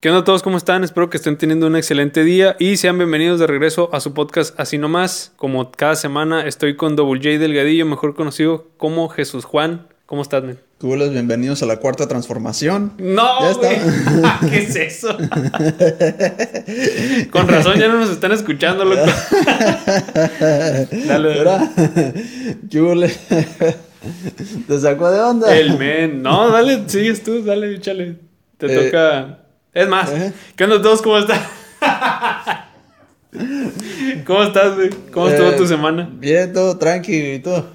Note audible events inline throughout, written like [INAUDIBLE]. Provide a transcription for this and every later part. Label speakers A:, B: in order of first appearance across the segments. A: ¿Qué onda a todos? ¿Cómo están? Espero que estén teniendo un excelente día y sean bienvenidos de regreso a su podcast Así Nomás. Como cada semana estoy con Double J Delgadillo, mejor conocido como Jesús Juan. ¿Cómo estás, men?
B: Tú los bienvenidos a la cuarta transformación.
A: ¡No!
B: Ya está. [LAUGHS]
A: güey! ¿Qué es eso? con razón ya no nos están escuchando, loco.
B: [LAUGHS]
A: Dale, dale.
B: ¿Verdad? [LAUGHS] ¿Qué hule? [LAUGHS] Te sacó de onda.
A: El men. No, dale, sigues tú, dale, échale. Te
B: Eh.
A: toca. Es más,
B: Ajá.
A: ¿qué onda a todos? ¿Cómo estás? ¿Cómo estás, güey? ¿Cómo estuvo
B: Eh,
A: tu semana?
B: Bien, todo tranquilo y todo.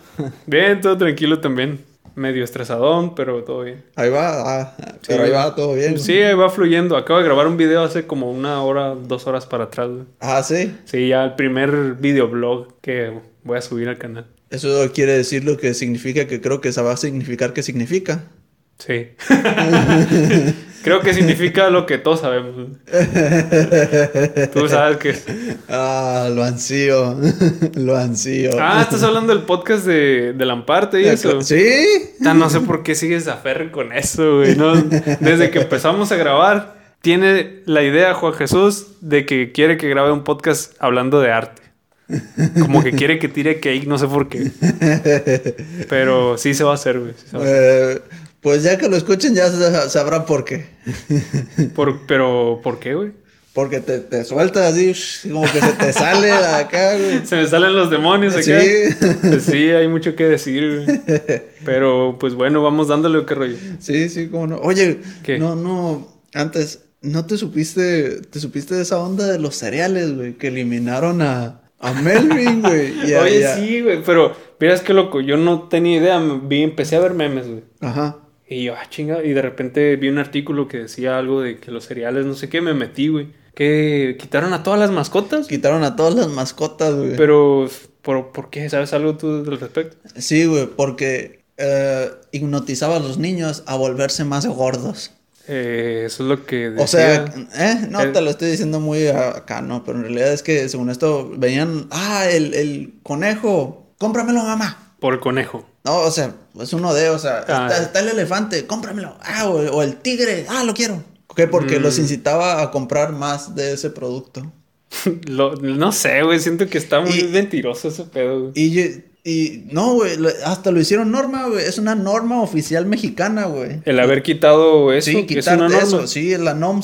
A: Bien, todo tranquilo también. Medio estresadón, pero todo bien.
B: Ahí va, ah, pero ahí va, todo bien.
A: Sí, ahí va fluyendo. Acabo de grabar un video hace como una hora, dos horas para atrás. güey.
B: Ah, sí.
A: Sí, ya el primer videoblog que voy a subir al canal.
B: Eso quiere decir lo que significa que creo que se va a significar que significa. [LAUGHS]
A: Sí. Creo que significa lo que todos sabemos. Tú sabes que...
B: Ah, lo ansío. [LAUGHS] lo ansío.
A: Ah, estás hablando del podcast de, de Lamparte y eso.
B: ¿Sí?
A: Ta, no sé por qué sigues a Ferre con eso, güey. ¿no? Desde que empezamos a grabar, tiene la idea Juan Jesús de que quiere que grabe un podcast hablando de arte. Como que quiere que tire cake, no sé por qué. Pero sí se va a hacer, güey. sí se va a hacer.
B: Eh, pues ya que lo escuchen ya sa- sabrán por qué.
A: Por- pero, ¿por qué, güey?
B: Porque te, te sueltas así, shh, como que se te sale de acá, güey.
A: Se me salen los demonios acá.
B: Sí.
A: Pues sí, hay mucho que decir, güey. Pero, pues bueno, vamos dándole qué rollo.
B: Sí, sí, como no. Oye,
A: ¿Qué?
B: no, no, antes, ¿no te supiste, te supiste de esa onda de los cereales, güey? Que eliminaron a, a Melvin, güey. y a- y
A: Oye,
B: a-
A: sí, güey, pero, miras qué loco, yo no tenía idea. Vi, empecé a ver memes, güey.
B: Ajá.
A: Y yo, ah, chinga. Y de repente vi un artículo que decía algo de que los cereales, no sé qué, me metí, güey. Que quitaron a todas las mascotas.
B: Quitaron a todas las mascotas, güey.
A: Pero, ¿por, por qué? ¿Sabes algo tú del respecto?
B: Sí, güey, porque eh, hipnotizaba a los niños a volverse más gordos.
A: Eh, eso es lo que.
B: O sea,
A: decía.
B: eh, no
A: el-
B: te lo estoy diciendo muy acá, no, pero en realidad es que según esto venían, ah, el, el conejo, cómpramelo, mamá.
A: Por el conejo. [LAUGHS]
B: No, o sea, es uno de, o sea,
A: Ah.
B: está, está el elefante, cómpramelo. Ah, o, o el tigre, ah, lo quiero. Mm. ¿Qué? Porque los incitaba a comprar más de ese producto.
A: Lo- no sé, güey. Siento que está muy
B: Y-
A: mentiroso ese pedo, güey.
B: Y, ye- y no, güey, lo- hasta lo hicieron norma, güey. Es una norma oficial mexicana, güey.
A: El haber quitado eso,
B: Sí,
A: que es una
B: quitarte
A: norma.
B: eso, sí, la NOM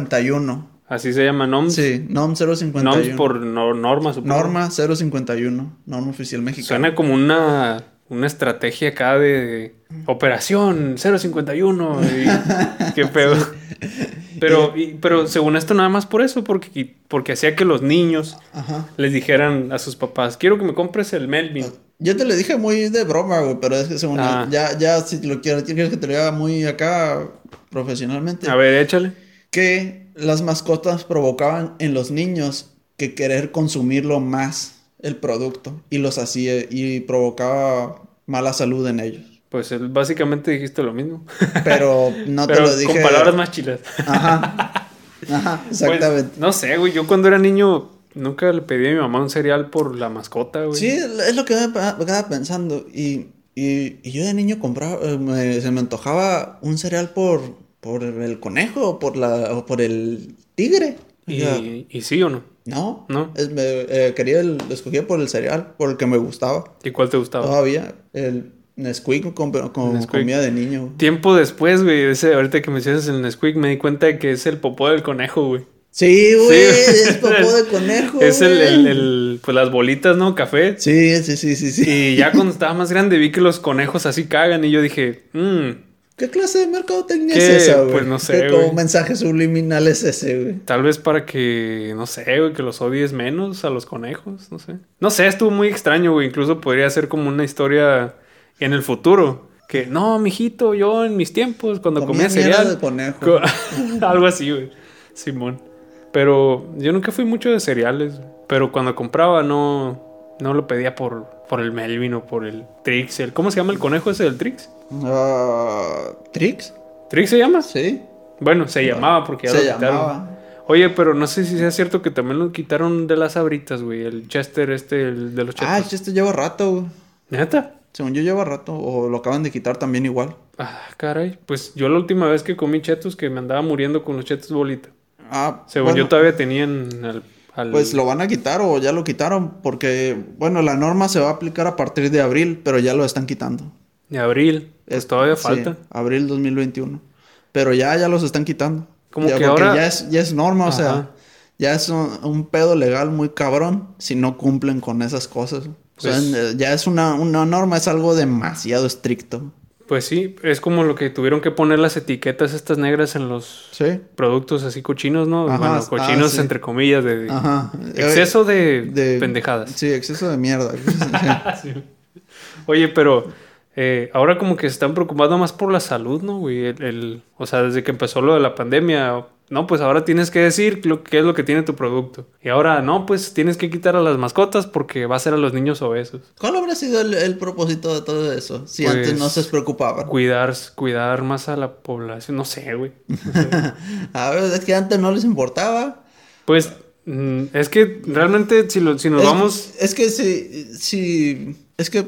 B: 051.
A: Así se llama NOMS.
B: Sí, NOM 051.
A: NOMS por no- norma, supongo.
B: Norma 051, norma oficial mexicana.
A: Suena como una, una estrategia acá de operación 051.
B: [LAUGHS]
A: Y, qué pedo.
B: Eh,
A: Pero, y- pero según esto, nada más por eso, porque, porque hacía que los niños
B: Ajá.
A: les dijeran a sus papás: Quiero que me compres el Melvin.
B: Yo te lo dije muy de broma, güey, pero es que según
A: Ah.
B: ya, ya si lo quiero, quieres que te lo haga muy acá profesionalmente.
A: A ver, échale.
B: Que las mascotas provocaban en los niños que querer consumirlo más el producto y los hacía y provocaba mala salud en ellos.
A: Pues él- básicamente dijiste lo mismo.
B: Pero no
A: [LAUGHS]
B: te
A: pero
B: lo dije.
A: con palabras más chilas.
B: Ajá. Ajá,
A: Pues,
B: exactamente.
A: no sé, güey. Yo cuando era niño nunca le pedí a mi mamá un cereal por la mascota, güey.
B: Sí, es lo que me pa- me quedaba pensando. Y, y- y yo de niño compraba, eh, me- se me antojaba un cereal por, por el conejo o por, la, o por el tigre. O sea,
A: Y, y sí o no.
B: no,
A: no.
B: es- me, eh, quería el, lo escogía por el cereal, por el que me gustaba.
A: ¿Y cuál te gustaba?
B: Todavía el Nesquik com- com-
A: Ah. Nesquik.
B: comía de niño.
A: Tiempo después, güey, ese, ahorita que me mencionas el Nesquik, me di cuenta de que es el popó del conejo, güey.
B: Sí, güey,
A: Sí. [LAUGHS]
B: es popó de conejo.
A: Es el,
B: güey.
A: el- el- pues las bolitas, ¿no? Café.
B: Sí, sí, sí, sí, sí.
A: Y
B: [LAUGHS]
A: ya cuando estaba más grande vi que los conejos así cagan y yo dije, mmm,
B: ¿Qué clase de mercadotecnia
A: ¿Qué?
B: es esa, güey?
A: Pues no sé,
B: ¿Qué
A: güey.
B: como mensaje subliminal es ese, güey?
A: tal vez para que, no sé, güey, que los odies menos a los conejos, no sé. No sé, estuvo muy extraño, güey. Incluso podría ser como una historia en el futuro. Que, no, mijito, yo en mis tiempos, cuando comía,
B: mierda
A: cereal...
B: de conejo.
A: Co- [LAUGHS] Algo así, güey. Simón. Pero yo nunca fui mucho de cereales. Pero cuando compraba no, no lo pedía por, por el Melvin o por el Trix. El, ¿Cómo se llama el conejo ese del Trix?
B: Ah, ¿Trix?
A: ¿Trix se llama?
B: Sí.
A: Bueno, se llamaba porque ya
B: Se
A: lo quitaron.
B: llamaba.
A: Oye, pero no sé si sea cierto que también lo quitaron de las abritas, güey. El Chester este, el de los
B: Ah,
A: chetos.
B: esto llevo rato, güey.
A: ¿Neta?
B: Según yo lleva rato, o lo acaban de quitar también igual.
A: Ah, caray. Pues yo la última vez que comí chetos, que me andaba muriendo con los chetos bolita.
B: Ah,
A: Según
B: bueno,
A: yo todavía tenían al... al-
B: Pues lo van a quitar o ya lo quitaron, porque, bueno, la norma se va a aplicar a partir de abril, pero ya lo están quitando.
A: de abril. Pues
B: Es-
A: todavía
B: sí,
A: falta.
B: abril 2021. Pero ya, ya los están quitando.
A: Como
B: Ya,
A: que
B: porque
A: ahora-
B: Ya es, ya es norma, o
A: Ajá.
B: sea, ya es un, un pedo legal muy cabrón si no cumplen con esas cosas. O sea,
A: Pues-
B: en- ya es una, una norma, es algo demasiado estricto.
A: Pues sí, es como lo que tuvieron que poner las etiquetas estas negras en los
B: Sí.
A: productos así cochinos, ¿no?
B: Ajá,
A: bueno,
B: ah,
A: cochinos
B: sí.
A: entre comillas de...
B: Ajá.
A: Exceso de,
B: Eh, de- [LAUGHS]
A: pendejadas.
B: Sí, exceso de mierda. Sí.
A: Sí. Oye, pero eh, ahora como que se están preocupando más por la salud, ¿no, güey? El- el- o sea, desde que empezó lo de la pandemia, no, pues ahora tienes que decir lo, qué es lo que tiene tu producto. Y ahora, no, pues tienes que quitar a las mascotas porque va a ser a los niños obesos.
B: ¿Cuál habrá sido el, el propósito de todo eso? Si
A: Pues-
B: antes no se preocupaban.
A: Cuidar, cuidar más a la población, no sé, güey.
B: A ver, es que antes no les importaba.
A: Pues mm, es que realmente si, lo- si nos
B: Es-
A: vamos...
B: Es que si, si, es que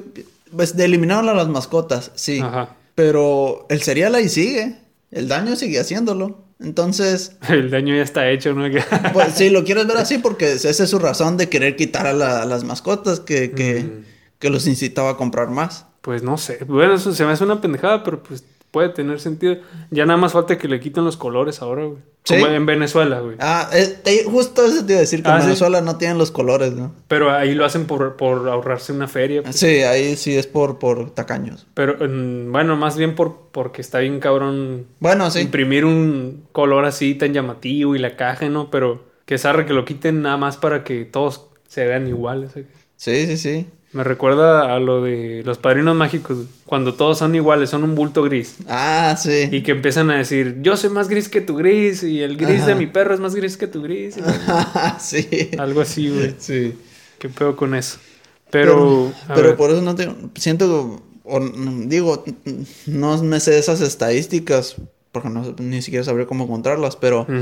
B: pues, de eliminaron a las mascotas, sí.
A: Ajá. [LAUGHS]
B: Pero el cereal ahí sigue. El daño sigue haciéndolo. Entonces,
A: El daño ya está hecho, ¿no? [LAUGHS] Que-
B: pues si lo quieres ver así, porque esa es su razón de querer quitar a, la- a las mascotas que, que,
A: Mm.
B: que los incitaba a comprar más.
A: Pues no sé. Bueno, eso se me hace una pendejada, pero pues puede tener sentido. Ya nada más falta que le quiten los colores ahora, güey.
B: Sí.
A: Como en Venezuela, güey.
B: Ah, es- te- justo eso te iba a decir que
A: Ah,
B: en
A: sí.
B: Venezuela no tienen los colores, ¿no?
A: Pero ahí lo hacen por, por ahorrarse una feria. pues.
B: Sí, ahí sí es por, por tacaños.
A: Pero mm, bueno, más bien por porque está bien cabrón
B: Bueno, Ah, sí.
A: imprimir un color así tan llamativo y la caja, ¿no? Pero que sarre que lo quiten nada más para que todos se vean iguales. eh. ¿sí?
B: Sí, sí, sí.
A: Me recuerda a lo de los padrinos mágicos, güey. cuando todos son iguales, son un bulto gris.
B: Ah, sí.
A: Y que empiezan a decir, yo soy más gris que tu gris, y el gris
B: Ajá.
A: de mi perro es más gris que tu gris. y-
B: [LAUGHS] sí.
A: Algo así,
B: [LAUGHS]
A: güey.
B: Sí.
A: ¿Qué pedo con eso? Pero... a
B: pero
A: ver,
B: por eso no te siento o, mm, digo no me sé esas estadísticas porque no- ni siquiera sabría cómo encontrarlas pero
A: ujú.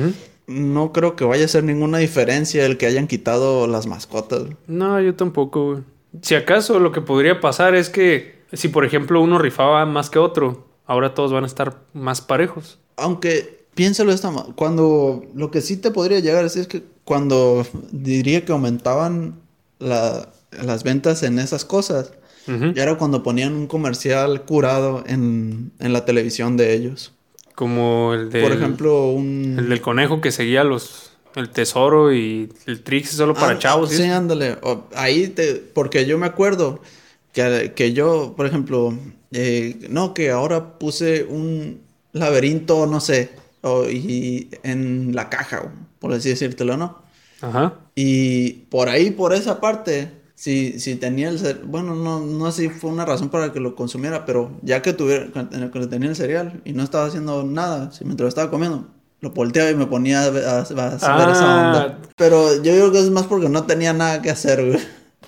A: Mm.
B: no creo que vaya a ser ninguna diferencia el que hayan quitado las mascotas
A: No, yo tampoco, güey. Si acaso lo que podría pasar es que si, por ejemplo, uno rifaba más que otro, ahora todos van a estar más parejos.
B: aunque piénsalo de esta ma- cuando lo que sí te podría llegar a decir es que cuando diría que aumentaban la- las ventas en esas cosas
A: Ujú.
B: ya era cuando ponían un comercial curado en, en la televisión de ellos
A: Como el del,
B: por ejemplo un
A: el del conejo que seguía los... El tesoro y el Trix solo para
B: Ah,
A: chavos. ¿sí?
B: Sí, ándale. O- ahí te. Porque yo me acuerdo que, que yo, por ejemplo, eh, no, que ahora puse un laberinto, no sé, o- y en la caja, o por así decírtelo, ¿no?
A: Ajá.
B: Y por ahí, por esa parte, si, si tenía el cer- bueno, no, no sé si fue una razón para que lo consumiera, pero ya que tuviera, que que tenía el cereal y no estaba haciendo nada, si mientras lo estaba comiendo, lo volteaba y me ponía a, ver- a- a ver esa
A: Ah.
B: onda. Pero yo digo que es más porque no tenía nada que hacer, güey.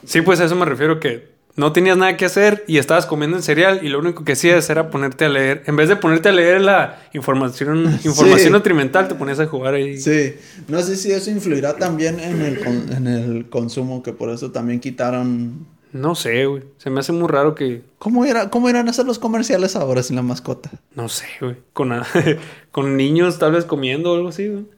A: Sí, pues a eso me refiero que no tenías nada que hacer y estabas comiendo el cereal y lo único que hacías era ponerte a leer. En vez de ponerte a leer la información, información
B: [LAUGHS] Sí.
A: nutrimental, te ponías a jugar ahí.
B: Sí, no sé si eso influirá también en el, con- en el consumo, que por eso también quitaron...
A: No sé, güey. Se me hace muy raro que...
B: ¿Cómo, era, ¿Cómo irán a hacer los comerciales ahora sin la mascota?
A: No sé, güey. Con, a- [LAUGHS] con niños tal vez comiendo o algo así, güey. [LAUGHS]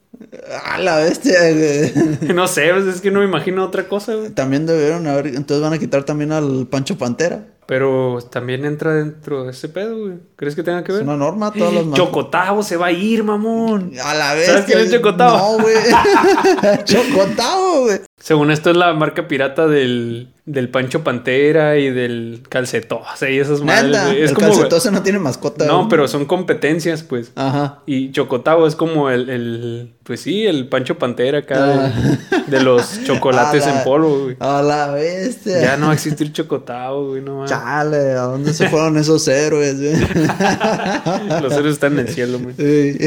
B: A la bestia, güey.
A: No sé, pues, es que no me imagino otra cosa, güey.
B: También debieron haber, entonces van a quitar también al Pancho Pantera.
A: Pero también entra dentro de ese pedo, güey. ¿Crees que tenga que
B: Es
A: ver?
B: una norma, todas las más.
A: [LAUGHS] Chocotavo se va a ir, mamón.
B: A la vez.
A: ¿Sabes quién es Chocotavo?
B: No,
A: [LAUGHS]
B: güey. Chocotavo, güey.
A: Según esto es la marca pirata del, del Pancho Pantera y del Calcetose y esas madres.
B: Neta,
A: güey. Es
B: el
A: como,
B: calcetoso no tiene mascota.
A: No,
B: güey.
A: pero son competencias, pues.
B: Ajá.
A: Y Chocotavo es como el, el- pues sí, el Pancho Pantera acá
B: Ah.
A: de, de
B: [LAUGHS]
A: los chocolates
B: A la-
A: en polvo, güey.
B: A la bestia.
A: Ya no va a existir Chocotavo, güey, no mames.
B: Chale, ¿a dónde se fueron esos
A: [LAUGHS]
B: héroes, güey?
A: Los héroes están en el cielo, güey.
B: Sí.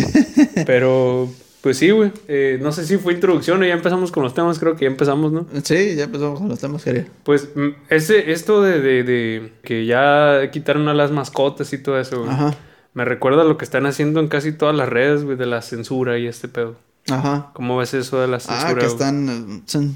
A: Pero, pues sí, güey. Eh, no sé si fue introducción o ya empezamos con los temas, creo que ya empezamos, ¿no?
B: Sí, ya empezamos con los temas, querido.
A: Pues mm, ese, esto de, de- de que ya quitaron a las mascotas y todo eso, güey,
B: Ajá.
A: me recuerda a lo que están haciendo en casi todas las redes, güey, de la censura y este pedo.
B: Ajá.
A: ¿Cómo ves eso de la
B: Ah,
A: censura? güey?
B: que están. eh, cen-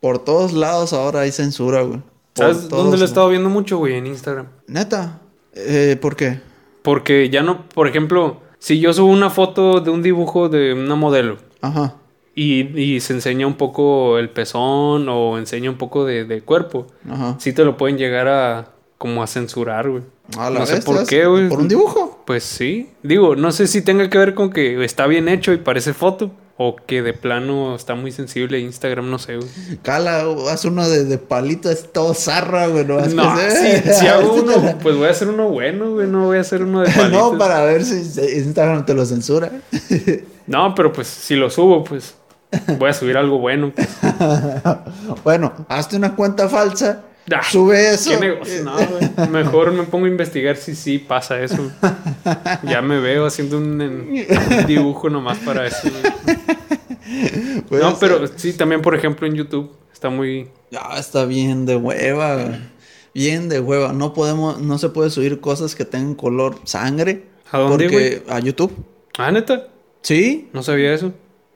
B: Por todos lados ahora hay censura, güey.
A: ¿Sabes
B: todos,
A: dónde lo he
B: ¿no?
A: estado viendo mucho, güey? En Instagram.
B: Neta. Eh, ¿Por qué?
A: Porque ya no, por ejemplo, si yo subo una foto de un dibujo de una modelo
B: Ajá.
A: y, y se enseña un poco el pezón o enseña un poco de, del cuerpo,
B: Ajá.
A: sí te lo pueden llegar a como a censurar, güey.
B: A la
A: no sé
B: bestia,
A: por
B: es-
A: qué, güey.
B: Por un dibujo.
A: Pues sí. Digo, no sé si tenga que ver con que está bien hecho y parece foto. O que de plano está muy sensible Instagram, no sé, güey.
B: Cala, haz uno de, de palito, es todo zarra, güey. No, vas
A: No,
B: a
A: si,
B: hacer-
A: si
B: [LAUGHS]
A: hago
B: Este te
A: uno,
B: la-
A: pues voy a hacer uno bueno, güey. No voy a hacer uno de
B: [LAUGHS] No,
A: palitos.
B: para ver si se- Instagram te lo censura.
A: No, pero pues si lo subo, pues voy a subir algo
B: [LAUGHS]
A: bueno. pues.
B: bueno, hazte una cuenta falsa,
A: Ah,
B: sube eso. eh.
A: ¿Qué negocio? No, güey. Mejor me pongo a investigar si sí pasa
B: [LAUGHS]
A: eso. Ya me veo haciendo un, un dibujo nomás para eso. güey.
B: [LAUGHS] Puede
A: No,
B: ser.
A: pero sí, también, por ejemplo, en YouTube está muy.
B: Ah, está bien de hueva, güey. Bien de hueva. No podemos, no se puede subir cosas que tengan color sangre.
A: ¿A dónde,
B: porque a YouTube.
A: Ah, neta,
B: Sí,
A: no sabía eso.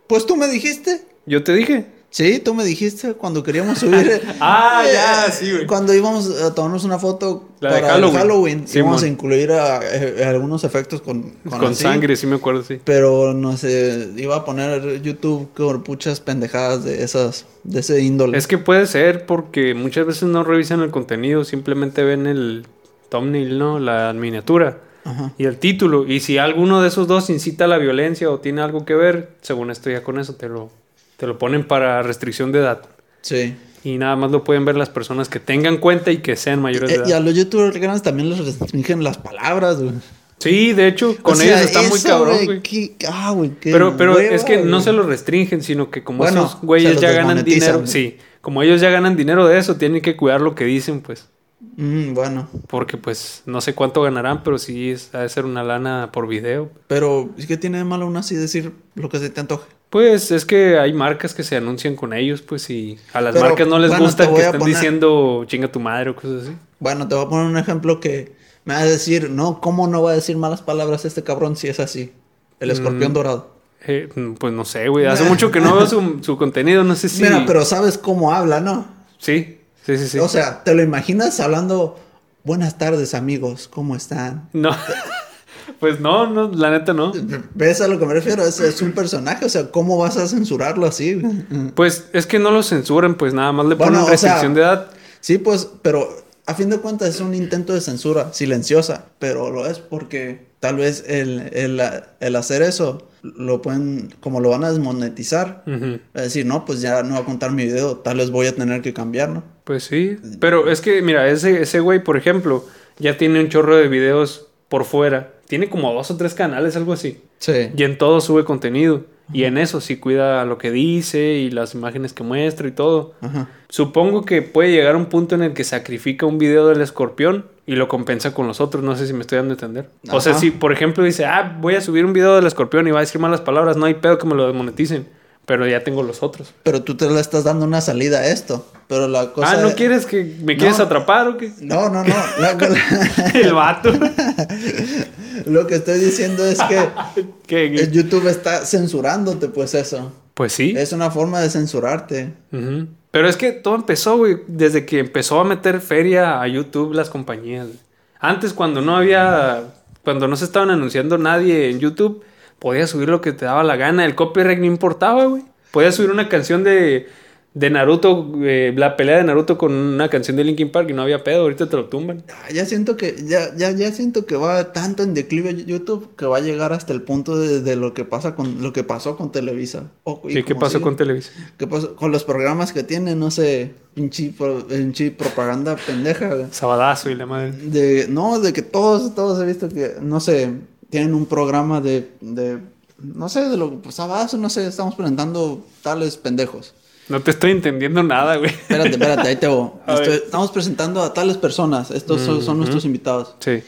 B: pues tú me dijiste.
A: Yo te dije.
B: Sí, tú me dijiste cuando queríamos subir.
A: [LAUGHS] Ah,
B: eh,
A: ya, sí, güey.
B: Cuando íbamos a tomarnos una foto
A: La de
B: el
A: Halloween. Simón.
B: íbamos a incluir a- eh, algunos efectos con,
A: Con,
B: así,
A: sangre, sí me acuerdo, sí.
B: Pero no sé, iba a poner YouTube con puchas pendejadas de esas, de ese índole.
A: Es que puede ser porque muchas veces no revisan el contenido, simplemente ven el thumbnail, ¿no? La miniatura
B: Ajá.
A: y el título. Y si alguno de esos dos incita a la violencia o tiene algo que ver, según esto ya con eso te lo, te lo ponen para restricción de edad.
B: Sí.
A: Y nada más lo pueden ver las personas que tengan cuenta y que sean mayores de
B: Eh,
A: edad.
B: y a los youtubers grandes también les restringen las palabras, güey.
A: Sí, de hecho, con
B: O sea,
A: ellos está muy
B: eso,
A: cabrón, güey.
B: qué- ah, güey, qué
A: Pero, pero
B: hueva,
A: es que no
B: güey.
A: se lo restringen, sino que como
B: Bueno,
A: esos güeyes
B: se los
A: ya ganan
B: desmonetizan,
A: dinero,
B: güey.
A: sí, como ellos ya ganan dinero de eso, tienen que cuidar lo que dicen, pues.
B: Mm, bueno,
A: Porque pues no sé cuánto ganarán, pero sí es, ha de ser una lana por video.
B: pero es que tiene de malo aún así decir lo que se te antoje.
A: Pues es que hay marcas que se anuncian con ellos, pues, y a las
B: Pero,
A: marcas no les
B: bueno, te
A: gusta
B: voy
A: que
B: a
A: estén
B: poner-
A: diciendo chinga tu madre o cosas así.
B: Bueno, te voy a poner un ejemplo que me va a decir, no, ¿cómo no va a decir malas palabras este cabrón si es así? El escorpión dorado.
A: Eh, mm, pues no sé, güey.
B: [LAUGHS]
A: Hace mucho que no veo su, su contenido, no sé si.
B: Mira, pero sabes cómo habla, ¿no?
A: Sí, sí, sí, sí.
B: O sea, ¿te lo imaginas hablando? Buenas tardes, amigos, ¿cómo están?
A: [LAUGHS] No. pues no, no, la neta no.
B: ¿Ves a lo que me refiero? Es, es un personaje, o sea, ¿cómo vas a censurarlo así? güey?
A: Pues es que no lo censuran, pues nada más le
B: Mm. Bueno,
A: ponen
B: o
A: restricción
B: sea-
A: de edad.
B: Sí, pues, pero a fin de cuentas es un intento de censura silenciosa, pero lo es porque tal vez el, el, el hacer eso lo pueden, como lo van a desmonetizar,
A: Ujú.
B: es decir, no, pues ya no va a contar mi video, tal vez voy a tener que cambiarlo.
A: Pues sí,
B: Mm.
A: pero es que, mira, ese, ese güey, por ejemplo, ya tiene un chorro de videos por fuera. Tiene como dos o tres canales, algo así.
B: Sí.
A: Y en todo sube contenido. Y en eso sí cuida lo que dice y las imágenes que muestra y todo.
B: Ajá.
A: Supongo que puede llegar a un punto en el que sacrifica un video del escorpión y lo compensa con los otros. No sé si me estoy dando a entender. O sea,
B: Ajá.
A: si por ejemplo dice, ah, voy a subir un video del escorpión y va a decir malas palabras, no hay pedo que me lo desmoneticen. Pero ya tengo los otros.
B: Pero tú te le estás dando una salida a esto, pero la cosa...
A: ah, ¿no
B: es-
A: quieres que me
B: No.
A: quieres atrapar o qué?
B: No, no, no. Lo que,
A: El vato.
B: [LAUGHS] lo que estoy diciendo es
A: [LAUGHS]
B: que
A: ¿Qué?
B: el YouTube está censurándote, pues eso.
A: Pues sí.
B: Es una forma de censurarte.
A: Ujú. Pero es que todo empezó, güey, desde que empezó a meter feria a YouTube las compañías. güey. Antes cuando no había, cuando no se estaban anunciando nadie en YouTube, podías subir lo que te daba la gana, el copyright no importaba, güey. Podías subir una canción de, de Naruto, eh, la pelea de Naruto con una canción de Linkin Park y no había pedo, ahorita te lo tumban.
B: Ah, Ya siento que ya, ya, ya siento que va tanto en declive YouTube que va a llegar hasta el punto de, de lo que pasa con lo que pasó con Televisa. O- y
A: Sí, ¿qué
B: como
A: pasó
B: sigue.
A: con Televisa?
B: ¿Qué pasó con los programas que tiene? No sé, pinche, pro- pinche propaganda pendeja. güey.
A: Sabadazo y la madre.
B: De, no, de que todos, todos he visto que, no sé, tienen un programa de, de no sé, de lo pues, sabadazo, no sé, estamos presentando tales pendejos.
A: No te estoy entendiendo nada, güey.
B: Espérate, espérate, ahí te voy.
A: [LAUGHS] A
B: Estoy-
A: ver.
B: estamos presentando a tales personas. Estos son, son nuestros invitados.
A: Sí.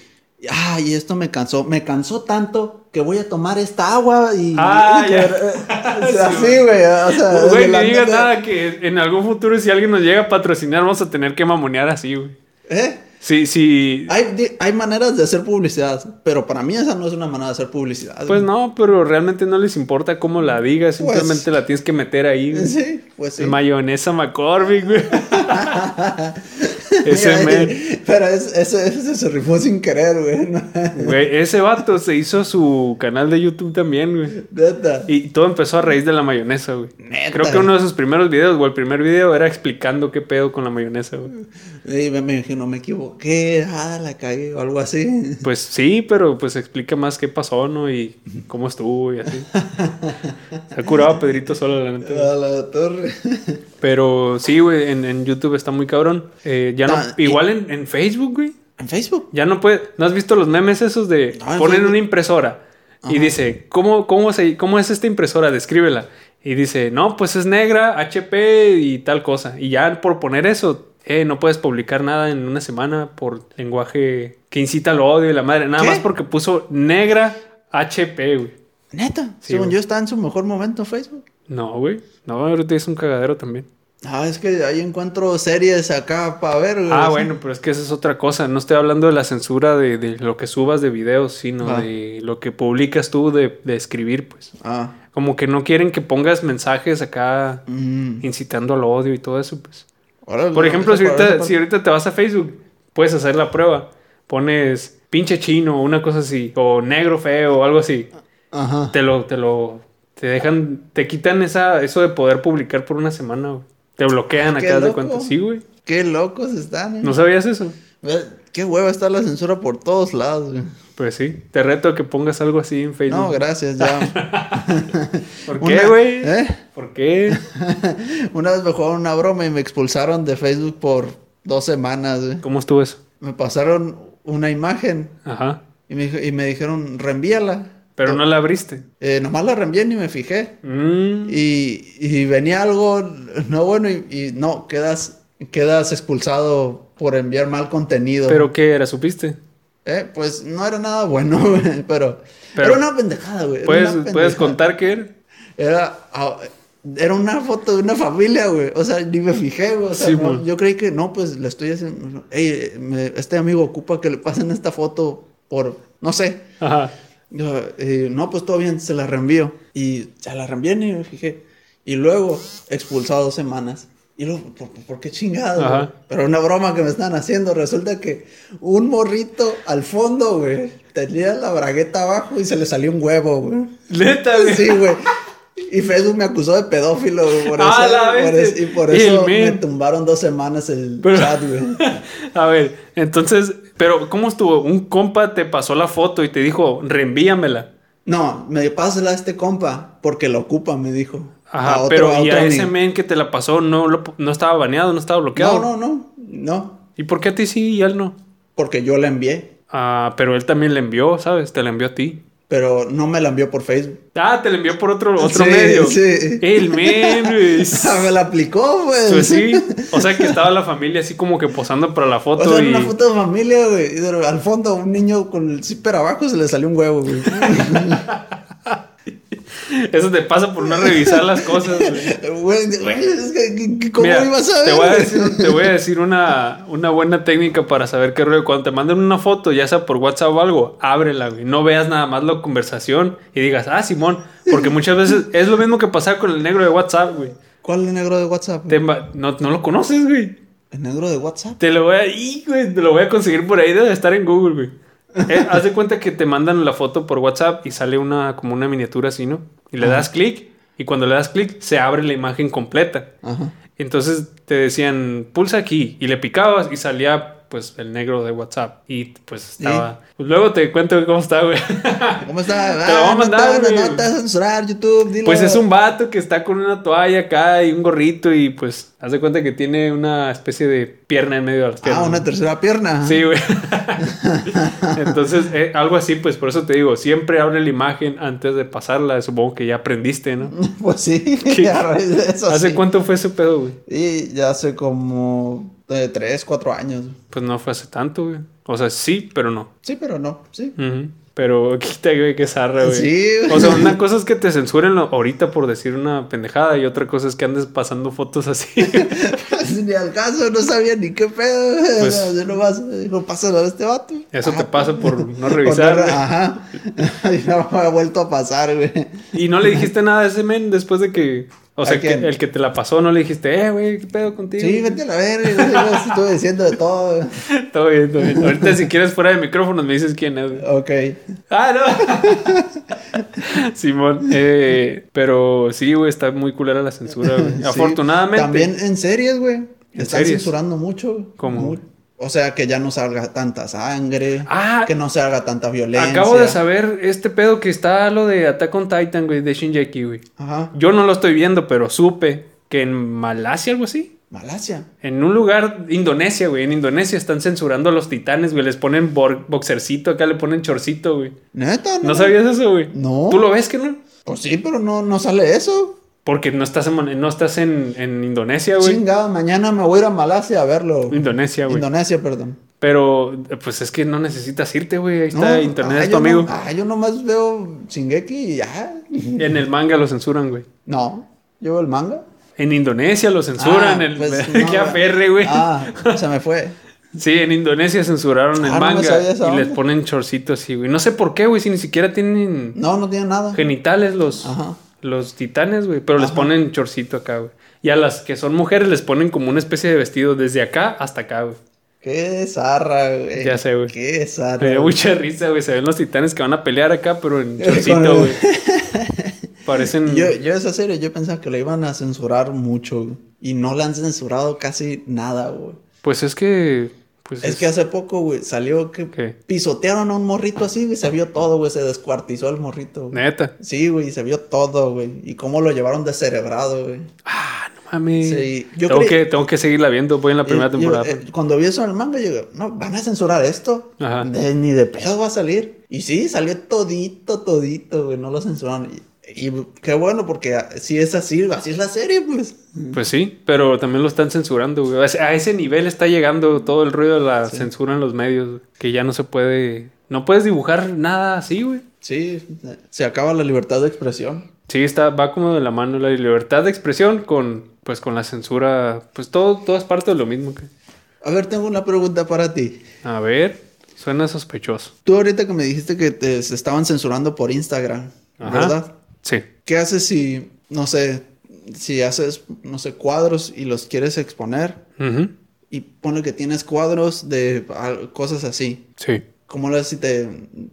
B: Ay, esto me cansó. Me cansó tanto que voy a tomar esta agua y.
A: Ah,
B: y-
A: ya. [LAUGHS]
B: o sea, Así, güey. O sea, de
A: Güey,
B: la
A: que digas
B: neta-
A: nada que en algún futuro si alguien nos llega a patrocinar vamos a tener que mamonear así, güey.
B: ¿Eh?
A: Sí, sí.
B: Hay, di- hay maneras de hacer publicidad, pero para mí esa no es una manera de hacer publicidad.
A: Pues no, pero realmente no les importa cómo la digas,
B: Pues-
A: simplemente la tienes
B: [LAUGHS]
A: que meter ahí. güey.
B: Sí, pues sí. [LAUGHS]
A: Mayonesa McCormick, güey. Ese men.
B: Pero es- ese, ese se rifó sin querer, güey. [LAUGHS] ¿no?
A: Güey, ese vato se hizo su canal de YouTube también, güey.
B: Neta.
A: Y todo empezó a raíz de la mayonesa, güey.
B: Neta.
A: Creo que uno de sus primeros videos, o el primer video era explicando qué pedo con la mayonesa, güey.
B: Y me, me imagino, me equivoqué, ah, la cagué o algo
A: [LAUGHS]
B: así.
A: Pues sí, pero pues explica más qué pasó, ¿no? Y cómo estuvo y así. Se ha curado a Pedrito solo, la neta.
B: A la torre. [LAUGHS]
A: Pero sí, güey, en, en YouTube está muy cabrón. Eh, ya no,
B: Ah, y-
A: igual en, en Facebook, güey.
B: ¿En Facebook?
A: Ya no puede. ¿No has visto los memes esos de
B: No,
A: ponen
B: en Facebook.
A: una impresora y
B: Ah, Ajá.
A: dice, ¿cómo, cómo, se, ¿cómo es esta impresora? Descríbela. Y dice, no, pues es negra, HP y tal cosa. Y ya por poner eso, eh, no puedes publicar nada en una semana por lenguaje que incita al odio y la madre. Nada
B: ¿Qué?
A: más porque puso negra HP, güey.
B: Neta.
A: Sí,
B: Según
A: güey.
B: yo, está en su mejor momento Facebook.
A: No, güey. No, ahorita es un cagadero también.
B: Ah, es que ahí encuentro series acá para ver, güey.
A: Ah,
B: Sí.
A: bueno, pero es que esa es otra cosa. No estoy hablando de la censura de, de lo que subas de videos, sino
B: Ah.
A: de lo que publicas tú de, de escribir, pues.
B: Ah.
A: Como que no quieren que pongas mensajes acá
B: Mm.
A: incitando al odio y todo eso, pues.
B: Órale,
A: Por ejemplo,
B: esa
A: si
B: parte- esa
A: ahorita,
B: parte-
A: si ahorita te vas a Facebook, puedes hacer la prueba. Pones pinche chino o una cosa así, o negro feo o algo así.
B: Ajá.
A: Te lo, te lo, te dejan, te quitan esa, eso de poder publicar por una semana, güey. Te bloquean
B: Qué
A: acá de
B: loco.
A: cuenta. Sí, güey.
B: Qué locos están, eh.
A: ¿No sabías eso?
B: Ve, Qué hueva está la censura por todos lados, güey.
A: Pues sí, te reto a que pongas algo así en Facebook.
B: No, gracias, ya.
A: [LAUGHS] ¿Por
B: Una-
A: qué, güey?
B: ¿Eh?
A: ¿Por qué?
B: Una vez me jugaron una broma y me expulsaron de Facebook por dos semanas, güey.
A: ¿Cómo estuvo eso?
B: Me pasaron una imagen
A: Ajá.
B: y me, dijo- y me dijeron, reenvíala.
A: Pero no la abriste.
B: Eh, nomás la reenvié ni me fijé.
A: Mm,
B: Y, y venía algo no bueno y, y no, quedas, quedas expulsado por enviar mal contenido.
A: ¿Pero qué era? ¿Supiste?
B: Eh, pues no era nada bueno, [LAUGHS] güey, pero,
A: Pero-
B: Era una pendejada, güey. era
A: ¿Puedes,
B: una
A: ¿puedes
B: pendejada.
A: contar qué era?
B: Era, ah, era una foto de una familia, güey. O sea, ni me fijé, güey. O sea,
A: Sí,
B: no,
A: man.
B: yo creí que no, pues le estoy haciendo. Ey, me- este amigo ocupa que le pasen esta foto por. No sé. [LAUGHS]
A: Ajá.
B: Yo, eh, no, pues todo bien, se la reenvío. Y se la reenvié y me fijé. Y luego, expulsado dos semanas. Y luego, ¿por, por- por qué chingado?
A: Ajá.
B: güey? Pero una broma que me están haciendo. Resulta que un morrito al fondo, güey, tenía la bragueta abajo y se le salió un huevo, güey.
A: Neta, güey.
B: [LAUGHS] Sí, güey. Y Facebook me acusó de pedófilo, güey, por eso.
A: Ah, la
B: por
A: bestia.
B: eso- y por
A: Y el
B: eso me
A: men.
B: tumbaron dos semanas el
A: Pero-
B: chat, güey.
A: [LAUGHS] A ver, entonces, pero ¿cómo estuvo? Un compa te pasó la foto y te dijo, reenvíamela.
B: No, me pásala a este compa porque lo ocupa, me dijo.
A: Ajá,
B: A otro-
A: pero
B: a
A: y
B: otro
A: a ese
B: amigo.
A: men que te la pasó no, lo- no estaba baneado, no estaba bloqueado.
B: No, no, no, no,
A: ¿Y por qué a ti sí y a él no?
B: porque yo la envié,
A: Ah, pero él también le envió, ¿sabes? Te la envió a ti.
B: pero no me la envió por Facebook.
A: Ah, te la envió por otro, otro
B: Sí,
A: medio.
B: sí.
A: El men, güey.
B: Ah, me [LAUGHS] la aplicó, güey.
A: Pues
B: [LAUGHS]
A: sí. O sea que estaba la familia así como que posando para la
B: O
A: foto.
B: sea, era
A: y...
B: una foto de familia, güey. Y de- al fondo, un niño con el zipper abajo se le salió un huevo, güey. [LAUGHS]
A: Eso te pasa por no revisar las cosas. güey.
B: Güey, güey, es que- que- que ¿cómo
A: Mira,
B: ibas a ver?
A: Te voy a
B: güey? [LAUGHS]
A: decir, te voy a decir una, una buena técnica para saber qué rollo. Cuando te manden una foto, ya sea por WhatsApp o algo, ábrela, güey. No veas nada más la conversación y digas, ah, Simón. Porque muchas veces es lo mismo que pasar con el negro de WhatsApp, güey.
B: ¿Cuál es el negro de WhatsApp?
A: Te
B: güey?
A: ma- no, no lo conoces, güey.
B: ¿El negro de WhatsApp?
A: Te lo voy a. ¡Ih, güey! Te lo voy a conseguir por ahí. Debe estar en Google, güey. Eh, [LAUGHS] haz de cuenta que te mandan la foto por WhatsApp y sale una como una miniatura así, ¿no? Y le das clic. Y cuando le das clic, se abre la imagen completa. [LAUGHS]
B: Ajá.
A: Entonces te decían, pulsa aquí. Y le picabas y salía, pues, el negro de WhatsApp. Y pues estaba. Pues, luego te cuento cómo está, güey. [LAUGHS]
B: ¿Cómo está?
A: Te lo voy a
B: Ah, no
A: mandar,
B: te van a-
A: güey.
B: No te vas a censurar, YouTube, dilo.
A: Pues es un vato que está con una toalla acá y un gorrito. Y pues, haz de cuenta que tiene una especie de pierna en medio de las piernas.
B: Ah, una tercera
A: [LAUGHS]
B: pierna.
A: Sí, güey. Entonces, eh, algo así, pues por eso te digo, siempre abre la imagen antes de pasarla. Supongo que ya aprendiste, ¿no?
B: [LAUGHS] Pues
A: [LAUGHS]
B: sí, [LAUGHS] a raíz de eso
A: ¿Hace
B: sí.
A: cuánto fue ese pedo, güey?
B: Y ya hace como de 3, 4 años.
A: Pues no fue hace tanto, güey. O sea, sí, pero no.
B: Sí, pero no, sí. [LAUGHS]
A: Ujú. Pero [LAUGHS] quita, güey, que zarra, güey.
B: Sí, güey.
A: O sea, una cosa es que te censuren lo- ahorita por decir una pendejada y otra cosa es que andes pasando fotos así. [LAUGHS]
B: ni al caso, no sabía ni qué pedo. [LAUGHS]
A: Pues-
B: no, yo nomás dijo, pásalo a este vato.
A: Eso te
B: Ah,
A: pasa por no
B: con
A: revisar.
B: otra- ah.
A: güey.
B: [LAUGHS] Ajá. y no me ha vuelto a pasar, güey.
A: Y no le dijiste nada a ese men después de que. O sea,
B: ¿A
A: que
B: quién?
A: el que te la pasó no le dijiste, eh, güey, ¿qué pedo contigo?
B: Sí, vete a la verga, güey, yo les estuve diciendo de todo.
A: [LAUGHS] Todo bien, todo bien. Ahorita, si quieres fuera de micrófonos, me dices quién es. güey.
B: Ok.
A: Ah, no. [LAUGHS] Simón. Eh, pero sí, güey, está muy culera la censura, güey.
B: Sí.
A: Afortunadamente.
B: También en series, güey.
A: ¿En
B: Están
A: series?
B: censurando mucho. güey.
A: ¿Cómo?
B: Mu- O sea, que ya no salga tanta sangre.
A: Ah.
B: que no se haga tanta violencia.
A: Acabo de saber este pedo que está lo de Attack on Titan, güey, de Shinjeki, güey.
B: Ajá.
A: Yo no lo estoy viendo, pero supe que en Malasia, algo así.
B: Malasia.
A: En un lugar, Indonesia, güey. En Indonesia están censurando a los titanes, güey. Les ponen bor- boxercito, acá le ponen chorcito, güey.
B: Neta,
A: ¿No sabías eso, güey?
B: No.
A: ¿Tú lo ves que no?
B: Pues sí, pero no, no sale eso.
A: Porque no estás en, no estás en, en Indonesia, güey.
B: Chingada, mañana me voy a ir a Malasia a verlo.
A: Indonesia, güey.
B: Indonesia, perdón.
A: Pero, eh, pues es que no necesitas irte, güey. Ahí está,
B: No,
A: internet
B: ah,
A: es tu
B: yo no-
A: amigo.
B: ah, yo nomás veo Shingeki y ya.
A: En el manga lo censuran, güey.
B: No, yo veo el manga.
A: En Indonesia lo censuran.
B: Ah,
A: el...
B: pues,
A: [LAUGHS] Qué
B: no,
A: aferre, güey.
B: Ah, se me fue.
A: Sí, en Indonesia censuraron el
B: Ah, no me
A: manga
B: sabía esa
A: y les
B: onda.
A: ponen chorcitos así, güey. No sé por qué, güey, si ni siquiera tienen
B: No, no tiene nada.
A: genitales los,
B: Ajá.
A: los titanes, güey. Pero les
B: Ajá.
A: ponen chorcito acá, güey. Y a las que son mujeres les ponen como una especie de vestido desde acá hasta acá, güey.
B: Qué zarra, güey.
A: Ya sé, güey.
B: Qué zarra.
A: Me dio
B: güey.
A: mucha risa, güey. Se ven los titanes que van a pelear acá, pero en
B: Eh,
A: chorcito,
B: [LAUGHS] con-
A: güey. Parecen.
B: Yo, yo esa serie, yo pensaba que la iban a censurar mucho. güey. Y no la han censurado casi nada, güey.
A: Pues es que. Pues
B: Es que hace poco, güey, salió que
A: ¿Qué?
B: pisotearon a un morrito así, güey. Se vio todo, güey. Se descuartizó el morrito. güey.
A: Neta.
B: Sí, güey, se vio todo, güey. Y cómo lo llevaron descerebrado, güey.
A: Ah, no mames.
B: Sí, yo
A: tengo,
B: creí-
A: que, tengo que seguirla viendo. Voy en la primera
B: Y- yo,
A: temporada. pues.
B: eh, cuando vi eso en el manga, yo digo, no, van a censurar esto.
A: Ajá.
B: De- ni de pedo va a salir. Y sí, salió todito, todito, güey. No lo censuraron. Y, y qué bueno, porque ah, si es así, así es la serie, pues.
A: Pues sí, pero también lo están censurando, güey. A ese- A ese nivel está llegando todo el ruido de la censura en los medios, güey. que ya no se puede. No puedes dibujar nada así, güey.
B: Sí, eh, se acaba la libertad de expresión.
A: Sí, está, va como de la mano la libertad de expresión con, pues, con la censura. Pues todo, todas partes lo mismo. que-
B: A ver, tengo una pregunta para ti.
A: A ver, suena sospechoso.
B: Tú ahorita que me dijiste que te se estaban censurando por Instagram,
A: Ajá.
B: ¿verdad?
A: Sí.
B: ¿Qué haces si, no sé, si haces, no sé, cuadros y los quieres exponer?
A: Ujú.
B: Y pone que tienes cuadros de ah, cosas así.
A: Sí.
B: ¿Cómo lo haces si te,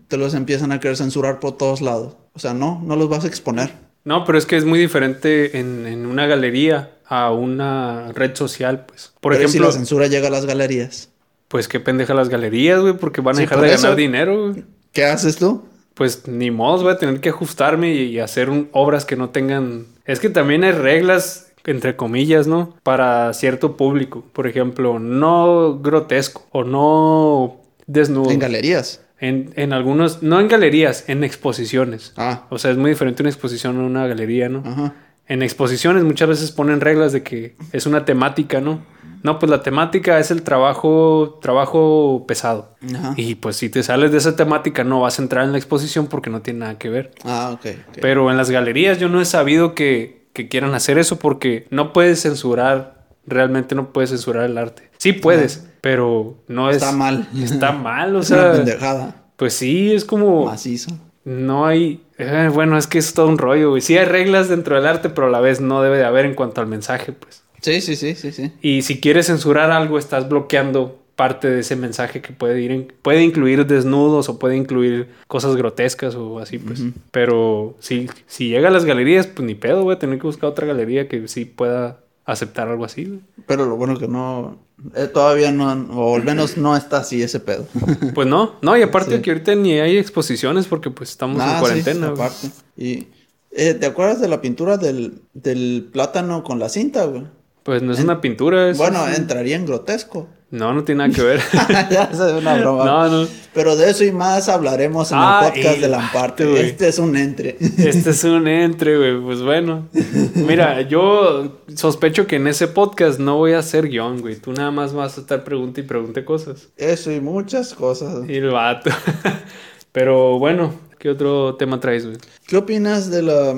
B: te los empiezan a querer censurar por todos lados? O sea, no, no los vas a exponer.
A: No, pero es que es muy diferente en, en una galería a una red social, pues. Por
B: Pero ¿y si
A: ejemplo,
B: la censura llega a las galerías,
A: pues qué pendeja las galerías, güey, porque van a
B: Sí,
A: dejar
B: por
A: de
B: eso.
A: ganar dinero, güey.
B: ¿qué haces tú?
A: Pues ni modo, voy a tener que ajustarme y, y hacer un- obras que no tengan... Es que también hay reglas, entre comillas, ¿no? Para cierto público. Por ejemplo, no grotesco o no desnudo.
B: En galerías.
A: En, en algunos, no en galerías, en exposiciones.
B: Ah,
A: O sea, es muy diferente una exposición a una galería, ¿no?
B: ajá.
A: En exposiciones muchas veces ponen reglas de que es una temática, ¿no? No, pues la temática es el trabajo, trabajo pesado.
B: Ajá.
A: Y pues si te sales de esa temática no vas a entrar en la exposición porque no tiene nada que ver.
B: Ah, ok. ok.
A: Pero en las galerías yo no he sabido que, que quieran hacer eso porque no puedes censurar, realmente no puedes censurar el arte. Sí puedes, pero no es...
B: Está mal. [LAUGHS]
A: Está mal, o
B: Es
A: sea...
B: una pendejada.
A: Pues sí, es como...
B: Macizo.
A: No hay. eh, bueno, es que es todo un rollo, güey. Sí hay reglas dentro del arte, pero a la vez no debe de haber en cuanto al mensaje, pues.
B: Sí, sí, sí, sí, sí.
A: Y si quieres censurar algo, estás bloqueando parte de ese mensaje que puede ir en- puede incluir desnudos o puede incluir cosas grotescas o así, pues. Pero si, si llega a las galerías, pues ni pedo, voy a tener que buscar otra galería que sí pueda aceptar algo así,
B: [LAUGHS]
A: güey.
B: Pero lo bueno que no. eh, todavía no. han- O al menos no está así ese pedo.
A: Pues no, no, y aparte
B: Sí.
A: que ahorita ni hay exposiciones porque pues estamos
B: Ah,
A: en
B: sí,
A: cuarentena. güey.
B: aparte. Y. eh, ¿Te acuerdas de la pintura del, del plátano con la cinta, güey?
A: pues no es una pintura, es...
B: Bueno, entraría en grotesco. [LAUGHS]
A: No, no tiene nada que ver.
B: ya esa es una broma.
A: no, no.
B: Pero de eso y más hablaremos en
A: Ah,
B: el podcast
A: y-
B: de la parte.
A: güey.
B: Este es un entre. [LAUGHS]
A: Este es un entre, güey. Pues bueno. Mira, yo sospecho que en ese podcast no voy a hacer guión, güey. Tú nada más vas a estar pregunta y pregunte cosas.
B: Eso y muchas cosas.
A: Y el vato. [LAUGHS] Pero bueno, ¿qué otro tema traes, güey?
B: ¿Qué opinas de la...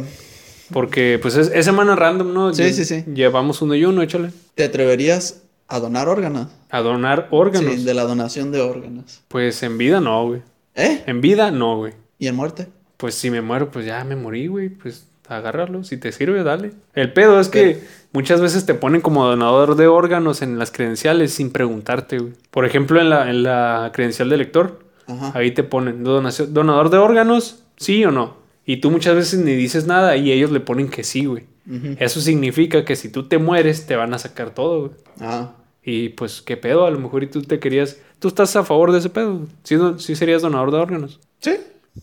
A: Porque pues es, es semana random, ¿no?
B: Sí,
A: Lle-
B: sí, sí.
A: Llevamos uno y uno, échale.
B: ¿Te atreverías a donar órganos?
A: A donar órganos.
B: Sí, de la donación de órganos.
A: Pues en vida no, güey.
B: ¿Eh?
A: En vida no, güey.
B: ¿Y en muerte?
A: Pues si me muero, pues ya me morí, güey. Pues agárralo. Si te sirve, dale. El pedo es que muchas veces te ponen como donador de órganos en las credenciales sin preguntarte, güey. Por ejemplo, en la, en la credencial de lector,
B: Ajá.
A: ahí te ponen donación, donador de órganos, sí o no. Y tú muchas veces ni dices nada y ellos le ponen que sí, güey.
B: Ujú.
A: Eso significa que si tú te mueres, te van a sacar todo, güey.
B: Ah,
A: Y pues, ¿qué pedo? A lo mejor y tú te querías... Tú estás a favor de ese pedo. Sí, no- sí serías donador de órganos.
B: sí,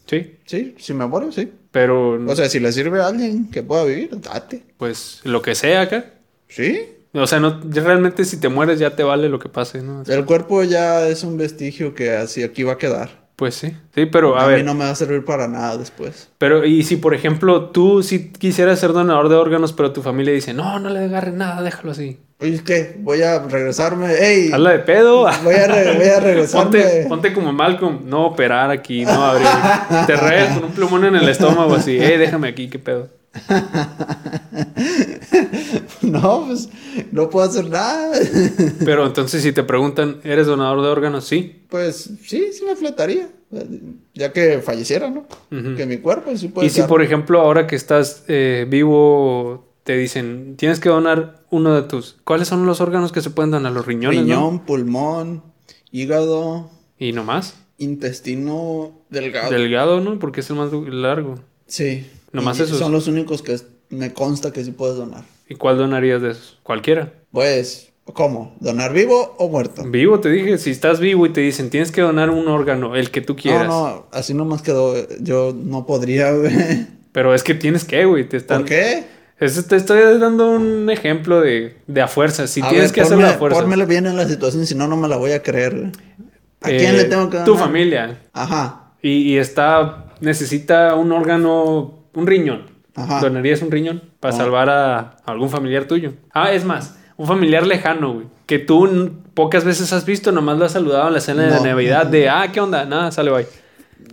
A: Sí.
B: sí, si me muero, sí.
A: Pero,
B: O sea, si le sirve a alguien que pueda vivir, date.
A: pues, lo que sea acá.
B: Sí.
A: O sea, no, ya realmente si te mueres ya te vale lo que pase, ¿no?
B: El cuerpo ya es un vestigio que así aquí va a quedar.
A: Pues sí. Sí, pero a,
B: a
A: ver.
B: mí no me va a servir para nada después.
A: Pero, y si por ejemplo tú si quisieras ser donador de órganos, pero tu familia dice, no, no le agarres nada, déjalo así.
B: Oye, ¿qué? Voy a regresarme. ¡Ey!
A: Hazla de pedo.
B: Voy a, re- voy a regresarme.
A: [LAUGHS] Ponte, ponte como Malcolm, no operar aquí, no abrir. Te rayas con un plumón en el estómago así, eh, déjame aquí, qué pedo.
B: [LAUGHS] No, pues no puedo hacer nada. [LAUGHS]
A: Pero entonces si te preguntan, ¿eres donador de órganos? Sí.
B: Pues sí, sí me fletaría. Ya que falleciera, ¿no?
A: Ujú.
B: Que mi cuerpo sí puede
A: y si
B: dar-
A: por ejemplo ahora que estás eh, vivo te dicen, tienes que donar uno de tus... ¿Cuáles son los órganos que se pueden donar? Los riñones, ¿no?
B: Riñón, pulmón, hígado,
A: Y nomás.
B: intestino delgado.
A: Delgado, ¿no? Porque es el más du- largo.
B: Sí.
A: Nomás
B: Y
A: esos.
B: Son los únicos que me consta que sí puedes donar.
A: ¿Y cuál donarías de esos? Cualquiera.
B: Pues, ¿cómo? ¿Donar vivo o muerto?
A: Vivo, te dije, si estás vivo y te dicen, tienes que donar un órgano, el que tú quieras.
B: No, no, así nomás quedó. Yo no podría, [LAUGHS] güey.
A: Pero es que tienes que, güey, te están...
B: ¿Por qué?
A: Eso te estoy dando un ejemplo de, de a fuerza. Si
B: A
A: tienes
B: ver,
A: que hacerlo a
B: ponme-
A: fuerza.
B: Pónmelo bien en la situación, si no, no me la voy a creer. güey. ¿A
A: Eh,
B: quién le tengo que donar?
A: Tu familia.
B: Ajá.
A: Y, y está... Necesita un órgano, un riñón.
B: Ajá.
A: ¿Donarías un riñón para
B: Ah.
A: salvar a, a algún familiar tuyo? Ah, es más, un familiar lejano, güey. Que tú n- pocas veces has visto, nomás lo has saludado en la cena de
B: No.
A: Navidad de, ah, ¿qué onda? Nada, sale, bye.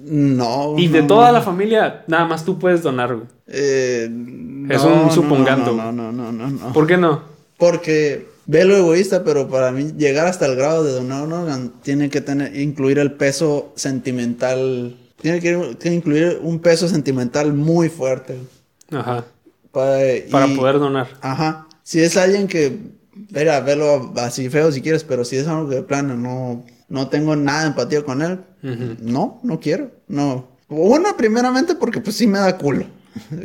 B: No.
A: Y de
B: Oh, no,
A: toda
B: no.
A: la familia, nada más tú puedes donar, güey.
B: Eh, no,
A: Es un
B: no, no,
A: supongando.
B: No, no, no, no, no.
A: ¿Por qué no?
B: Porque ve lo egoísta, pero para mí llegar hasta el grado de donar un órgano tiene que tener, incluir el peso sentimental. Tiene que, que incluir un peso sentimental muy fuerte.
A: Ajá.
B: Para, y-
A: Para poder donar.
B: Ajá. Si es alguien que, mira, velo así feo si quieres, pero si es algo que de plano no, no tengo nada de empatía con él,
A: Ujú.
B: no, no quiero, no. Una, primeramente, porque pues sí me da culo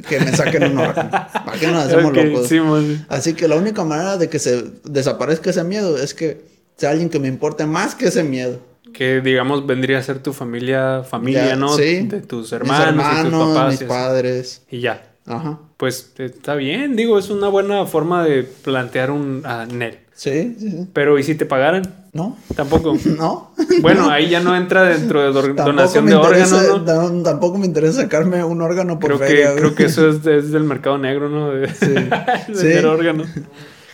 B: que me saquen
A: [LAUGHS]
B: un órgano. ¿Para qué nos hacemos
A: Ok,
B: locos?
A: Simón.
B: Así que la única manera de que se desaparezca ese miedo es que sea alguien que me importe más que ese miedo.
A: que digamos vendría a ser tu familia, familia,
B: Ya,
A: ¿no?
B: sí.
A: De tus
B: Mis
A: hermanos, y tus
B: hermanos,
A: papás.
B: mis
A: y así.
B: padres.
A: Y ya.
B: Ajá.
A: Pues está bien, digo, es una buena forma de plantear un anhel.
B: Sí, sí, sí.
A: Pero ¿y si te pagaran?
B: No, [LAUGHS]
A: Tampoco.
B: no.
A: Bueno, ahí ya no entra dentro de dor-
B: Tampoco
A: donación
B: me
A: de
B: interesa-
A: órganos, ¿no?
B: tam- Tampoco me interesa sacarme un órgano
A: Creo
B: por feria,
A: que,
B: güey.
A: creo que eso es, es del mercado negro, ¿no? [LAUGHS] De-
B: Sí.
A: Vender
B: Sí.
A: órganos.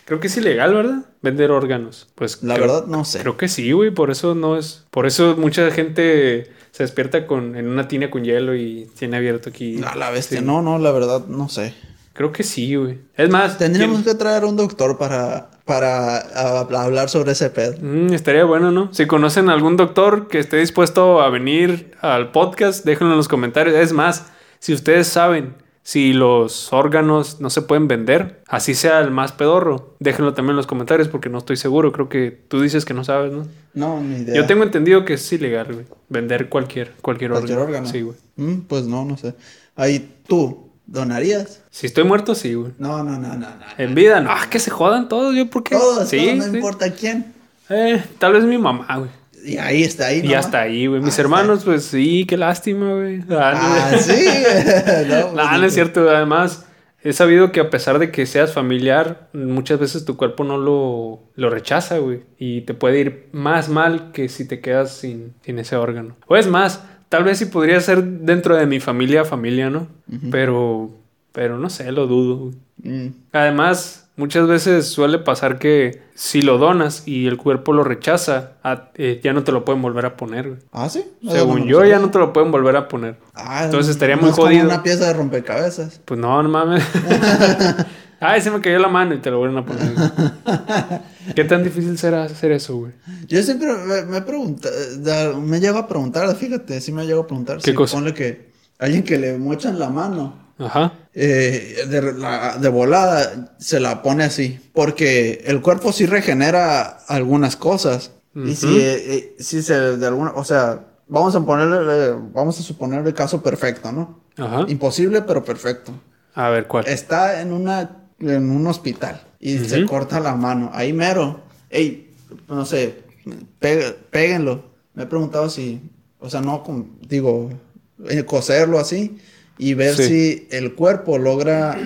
A: Creo que es ilegal, ¿verdad? Vender órganos. Pues
B: [LAUGHS] La
A: creo-
B: verdad, no sé.
A: Creo que sí, güey, por eso no es. Por eso mucha gente se despierta con en una tina con hielo y tiene abierto aquí.
B: A la bestia.
A: Sí.
B: No, no, la verdad, no sé.
A: Creo que sí, güey. Es más,
B: Tendríamos
A: ¿quién-
B: que traer un doctor para, para a- a hablar sobre ese pedo.
A: Mm, estaría bueno, ¿no? Si conocen algún doctor que esté dispuesto a venir al podcast, déjenlo en los comentarios. Es más, si ustedes saben si los órganos no se pueden vender, así sea el más pedorro, déjenlo también en los comentarios porque no estoy seguro. Creo que tú dices que no sabes, ¿no?
B: No, ni idea.
A: Yo tengo entendido que es ilegal, güey. Vender cualquier, cualquier,
B: cualquier
A: órgano.
B: órgano.
A: Sí, güey.
B: Mm, pues no, no sé. Ahí, ¿tú donarías?
A: Si estoy muerto, sí, güey.
B: No, no, no, no. no.
A: En vida, no. Ah, que se jodan todos, yo porque.
B: Todos,
A: sí,
B: todos, no
A: sí.
B: importa quién.
A: Eh, tal vez mi mamá, güey.
B: Y ahí está, ahí
A: Y ya está ahí, güey. Mis
B: Ah,
A: hermanos, pues sí, qué lástima, güey. Ah,
B: Ah,
A: [LAUGHS]
B: sí. [LAUGHS] no,
A: no,
B: pues,
A: no, no es cierto. Además, he sabido que a pesar de que seas familiar, muchas veces tu cuerpo no lo, lo rechaza, güey. Y te puede ir más mal que si te quedas sin, sin ese órgano. O es más, tal vez sí podría ser dentro de mi familia, familia, ¿no? Pero, pero no sé, lo dudo, güey.
B: Mm,
A: Además, muchas veces suele pasar que si lo donas y el cuerpo lo rechaza, ah, eh, ya no te lo pueden volver a poner, güey.
B: Ah, sí. No, no,
A: Según
B: no,
A: yo,
B: no.
A: ya no te lo pueden volver a poner.
B: Ah,
A: Entonces estaría
B: no
A: muy
B: es como
A: jodido.
B: una pieza de rompecabezas.
A: Pues no, no mames.
B: [LAUGHS]
A: Ay, se me cayó la mano y te lo vuelven a poner. güey. ¿Qué tan difícil será hacer eso, güey?
B: Yo siempre me, me he pregunta- da- me llego a preguntar, fíjate, sí me llego a preguntar.
A: ¿Qué
B: si
A: cosa?
B: Ponle que alguien que le mochan la mano
A: Ajá.
B: eh, de, la- de volada se la pone así, porque el cuerpo sí regenera algunas cosas. Y si,
A: Ujú.
B: eh, eh, si se de alguna, o sea, vamos a ponerle, eh, vamos a suponer el caso perfecto, ¿no?
A: Ajá.
B: Imposible, pero perfecto.
A: A ver, ¿cuál?
B: Está en una, en un hospital y se
A: Ujú.
B: corta la mano. Ahí mero, ey, no sé, pe- péguenlo. Me he preguntado si, o sea, no, con- digo, eh, coserlo así y ver
A: Sí.
B: si el cuerpo logra,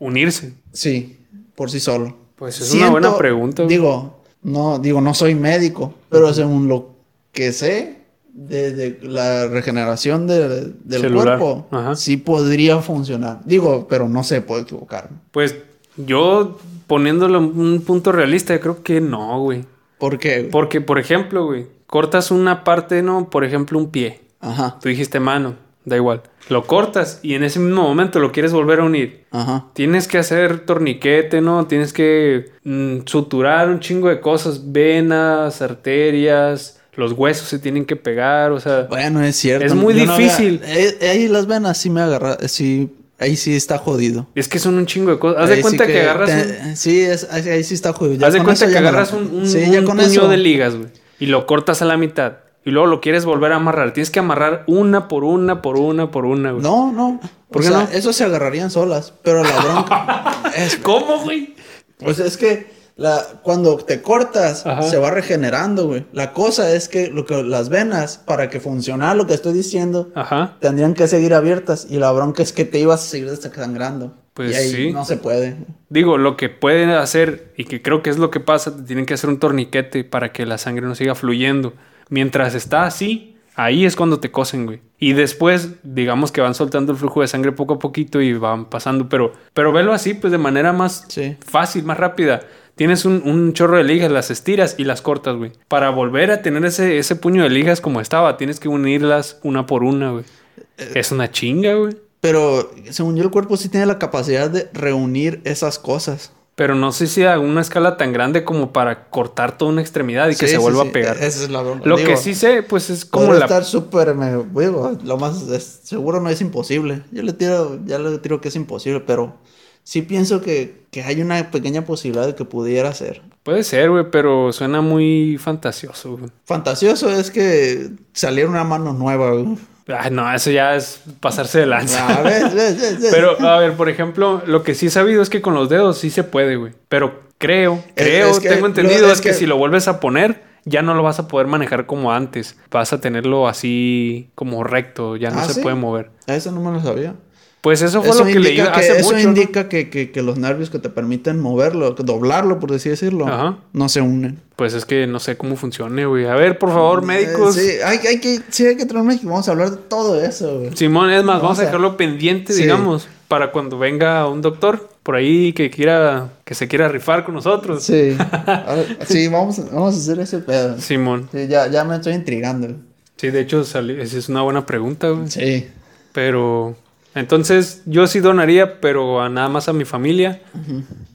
A: Unirse.
B: sí, por sí solo.
A: Pues es una buena pregunta, güey.
B: Digo, no, digo, no soy médico, pero según lo que sé, desde la regeneración de- del
A: Celular,
B: cuerpo,
A: ajá.
B: sí podría funcionar. Digo, pero no sé, puedo equivocarme.
A: Pues yo poniéndolo en un punto realista, yo creo que no, güey.
B: ¿Por qué? güey?
A: Porque, por ejemplo, güey, cortas una parte, ¿no? Por ejemplo, un pie.
B: Ajá,
A: Tú dijiste mano, da igual. Lo cortas y en ese mismo momento lo quieres volver a unir.
B: ajá.
A: Tienes que hacer torniquete, ¿no? Tienes que mm, suturar un chingo de cosas, venas, arterias, los huesos se tienen que pegar, o sea...
B: Bueno, es cierto.
A: Es muy
B: Yo no había-
A: difícil.
B: Eh, eh, ahí las venas sí me agarra, eh, sí, ahí sí está jodido.
A: Es que son un chingo de cosas. Haz de
B: Ahí sí
A: cuenta que agarras un...
B: te- eh, Sí, es, ahí, ahí sí está jodido. Ya
A: Haz de
B: con
A: cuenta
B: eso
A: que
B: ya me
A: agarras un,
B: agarra.
A: un,
B: Sí, ya
A: un
B: con
A: puño
B: eso.
A: de ligas, güey, y lo cortas a la mitad. Y luego lo quieres volver a amarrar. Tienes que amarrar una por una, por una, por una, güey.
B: No, no.
A: ¿Por
B: pues. o
A: qué
B: sea,
A: no?
B: Eso se agarrarían solas, pero la
A: [LAUGHS]
B: bronca. es,
A: [LAUGHS] ¿Cómo, güey?
B: pues es que la, cuando te cortas,
A: Ajá.
B: se va regenerando, güey. La cosa es que, lo que las venas, para que funcionara lo que estoy diciendo,
A: Ajá.
B: tendrían que seguir abiertas. Y la bronca es que te ibas a seguir sangrando.
A: Pues
B: y ahí
A: sí.
B: no se puede.
A: Digo, lo que pueden hacer, y que creo que es lo que pasa, te tienen que hacer un torniquete para que la sangre no siga fluyendo. Mientras está así, ahí es cuando te cosen, güey. Y después, digamos que van soltando el flujo de sangre poco a poquito y van pasando. Pero, pero velo así, pues de manera más
B: Sí.
A: fácil, más rápida. Tienes un, un chorro de ligas, las estiras y las cortas, güey. Para volver a tener ese, ese puño de ligas como estaba, tienes que unirlas una por una, güey. Es una chinga, güey.
B: Pero según yo, el cuerpo sí tiene la capacidad de reunir esas cosas.
A: Pero no sé si a una escala tan grande como para cortar toda una extremidad y que
B: Sí,
A: se
B: sí,
A: vuelva
B: sí.
A: a pegar.
B: E- Esa es la bronca.
A: Lo
B: Digo,
A: que sí sé, pues es como
B: podría
A: la...
B: estar súper me- digo, lo más es- seguro no es imposible. Yo le tiro, ya le tiro que es imposible, pero sí pienso que, que hay una pequeña posibilidad de que pudiera ser.
A: Puede ser, güey, pero suena muy fantasioso, güey.
B: Fantasioso es que saliera una mano nueva. güey.
A: Ay, no, eso ya es pasarse de lanza.
B: [LAUGHS] A ver, ves, ves, ves.
A: Pero, a ver, por ejemplo, lo que sí he sabido es que con los dedos sí se puede, güey. Pero creo, creo,
B: es que
A: tengo
B: lo-
A: entendido,
B: es
A: es que,
B: que-
A: si lo vuelves a poner, ya no lo vas a poder manejar como antes. Vas a tenerlo así como recto, ya no
B: ¿Ah,
A: se
B: sí?
A: puede mover.
B: Eso no me lo sabía.
A: Pues eso fue
B: Eso
A: lo que leí
B: indica que-
A: hace
B: eso
A: mucho. ¿no?
B: indica que, que- que los nervios que te permiten moverlo, que doblarlo, por así decirlo,
A: Ajá.
B: no se unen.
A: Pues es que no sé cómo funcione, güey. A ver, por favor, médicos.
B: Eh, sí, hay, hay que, sí, hay que traer un médico. Vamos a hablar de todo eso, güey.
A: Simón, es más,
B: No,
A: vamos
B: o
A: a
B: sea,
A: dejarlo pendiente,
B: sí.
A: digamos, para cuando venga un doctor por ahí que quiera, que se quiera rifar con nosotros.
B: Sí. [LAUGHS] A ver, sí, vamos, a- vamos a hacer ese pedo.
A: Simón.
B: Sí, ya, ya me estoy intrigando.
A: Sí, de hecho, sali- esa es una buena pregunta, güey.
B: Sí.
A: Pero entonces yo sí donaría, pero a nada más a mi familia.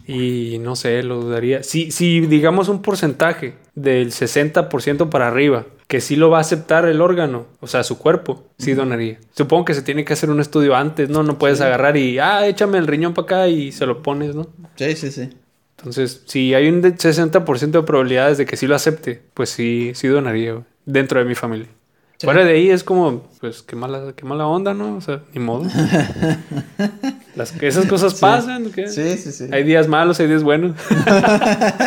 A: Y no sé, lo daría. Si, si digamos un porcentaje del 60% para arriba, que sí lo va a aceptar el órgano, o sea, su cuerpo, sí donaría. Supongo que se tiene que hacer un estudio antes, ¿no? No puedes agarrar y, ah, échame el riñón para acá y se lo pones, ¿no?
B: Sí, sí, sí.
A: Entonces, si hay un de- 60% de probabilidades de que sí lo acepte, pues sí, sí donaría, güey, dentro de mi familia.
B: Sí.
A: Fuera de ahí es como, pues qué mala, qué mala onda, ¿no? O sea, ni
B: [LAUGHS]
A: modo. Las, que esas cosas pasan, ¿qué?
B: Sí, sí, sí.
A: Hay días malos, hay días buenos. [LAUGHS]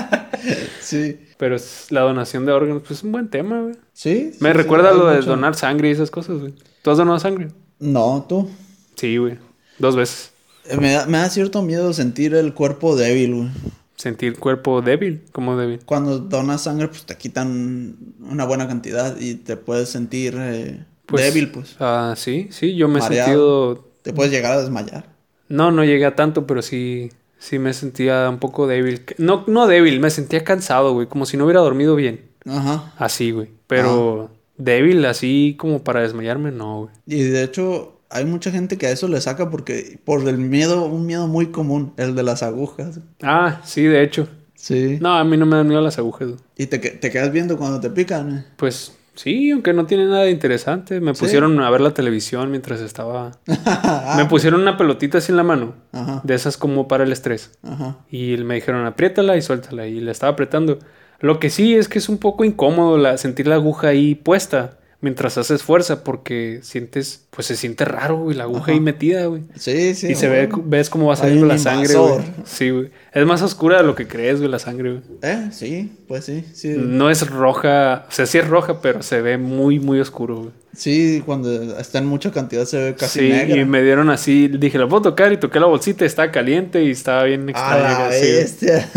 B: Sí.
A: Pero es- la donación de órganos, pues es un buen tema, güey.
B: Sí. sí,
A: Me
B: sí,
A: recuerda
B: hay
A: lo de
B: mucho.
A: donar sangre y esas cosas, güey. ¿Tú has donado sangre?
B: No, tú.
A: Sí, güey. Dos veces.
B: Eh, Me da, me da cierto miedo sentir el cuerpo débil, güey.
A: Sentir cuerpo débil, como débil.
B: Cuando donas sangre, pues te quitan una buena cantidad y te puedes sentir eh,
A: Pues,
B: débil, pues.
A: Ah, sí, sí, yo me he
B: Mareado.
A: sentido
B: Te puedes llegar a desmayar.
A: No, no llegué a tanto, pero sí, sí me sentía un poco débil. No, no débil, me sentía cansado, güey, como si no hubiera dormido bien.
B: Ajá.
A: Así, güey. Pero
B: Ah.
A: débil, así como para desmayarme, no, güey.
B: Y de hecho, hay mucha gente que a eso le saca porque por el miedo, un miedo muy común, el de las agujas.
A: Ah, sí, de hecho.
B: Sí.
A: No, a mí no me dan miedo las agujas. güey.
B: Y te, que- te quedas viendo cuando te pican. [LAUGHS]
A: Pues Sí, aunque no tiene nada de interesante. Me
B: Sí.
A: pusieron a ver la televisión mientras estaba.
B: Ah,
A: Me pusieron una pelotita así en la mano.
B: Ajá,
A: De esas como para el estrés.
B: ajá.
A: Y me dijeron, apriétala y suéltala. Y la estaba apretando. Lo que sí es que es un poco incómodo la, sentir la aguja ahí puesta mientras haces fuerza porque sientes, pues se siente raro, güey, la aguja
B: Ajá.
A: ahí metida, güey.
B: Sí, sí.
A: y se ve,
B: bueno.
A: ves cómo va
B: Hay
A: saliendo
B: un
A: la sangre, güey.
B: invasor.
A: Sí, güey. Es más oscura de lo que crees, güey, la sangre, güey.
B: Eh, sí, pues sí, sí.
A: No es roja, o sea, sí es roja, pero se ve muy, muy oscuro, güey.
B: Sí, cuando está en mucha cantidad se ve casi
A: sí,
B: negra.
A: y me dieron así, dije, la puedo tocar y toqué la bolsita, estaba caliente y estaba bien
B: A
A: extraña.
B: la
A: güey, sí, güey. [LAUGHS]
B: bestia.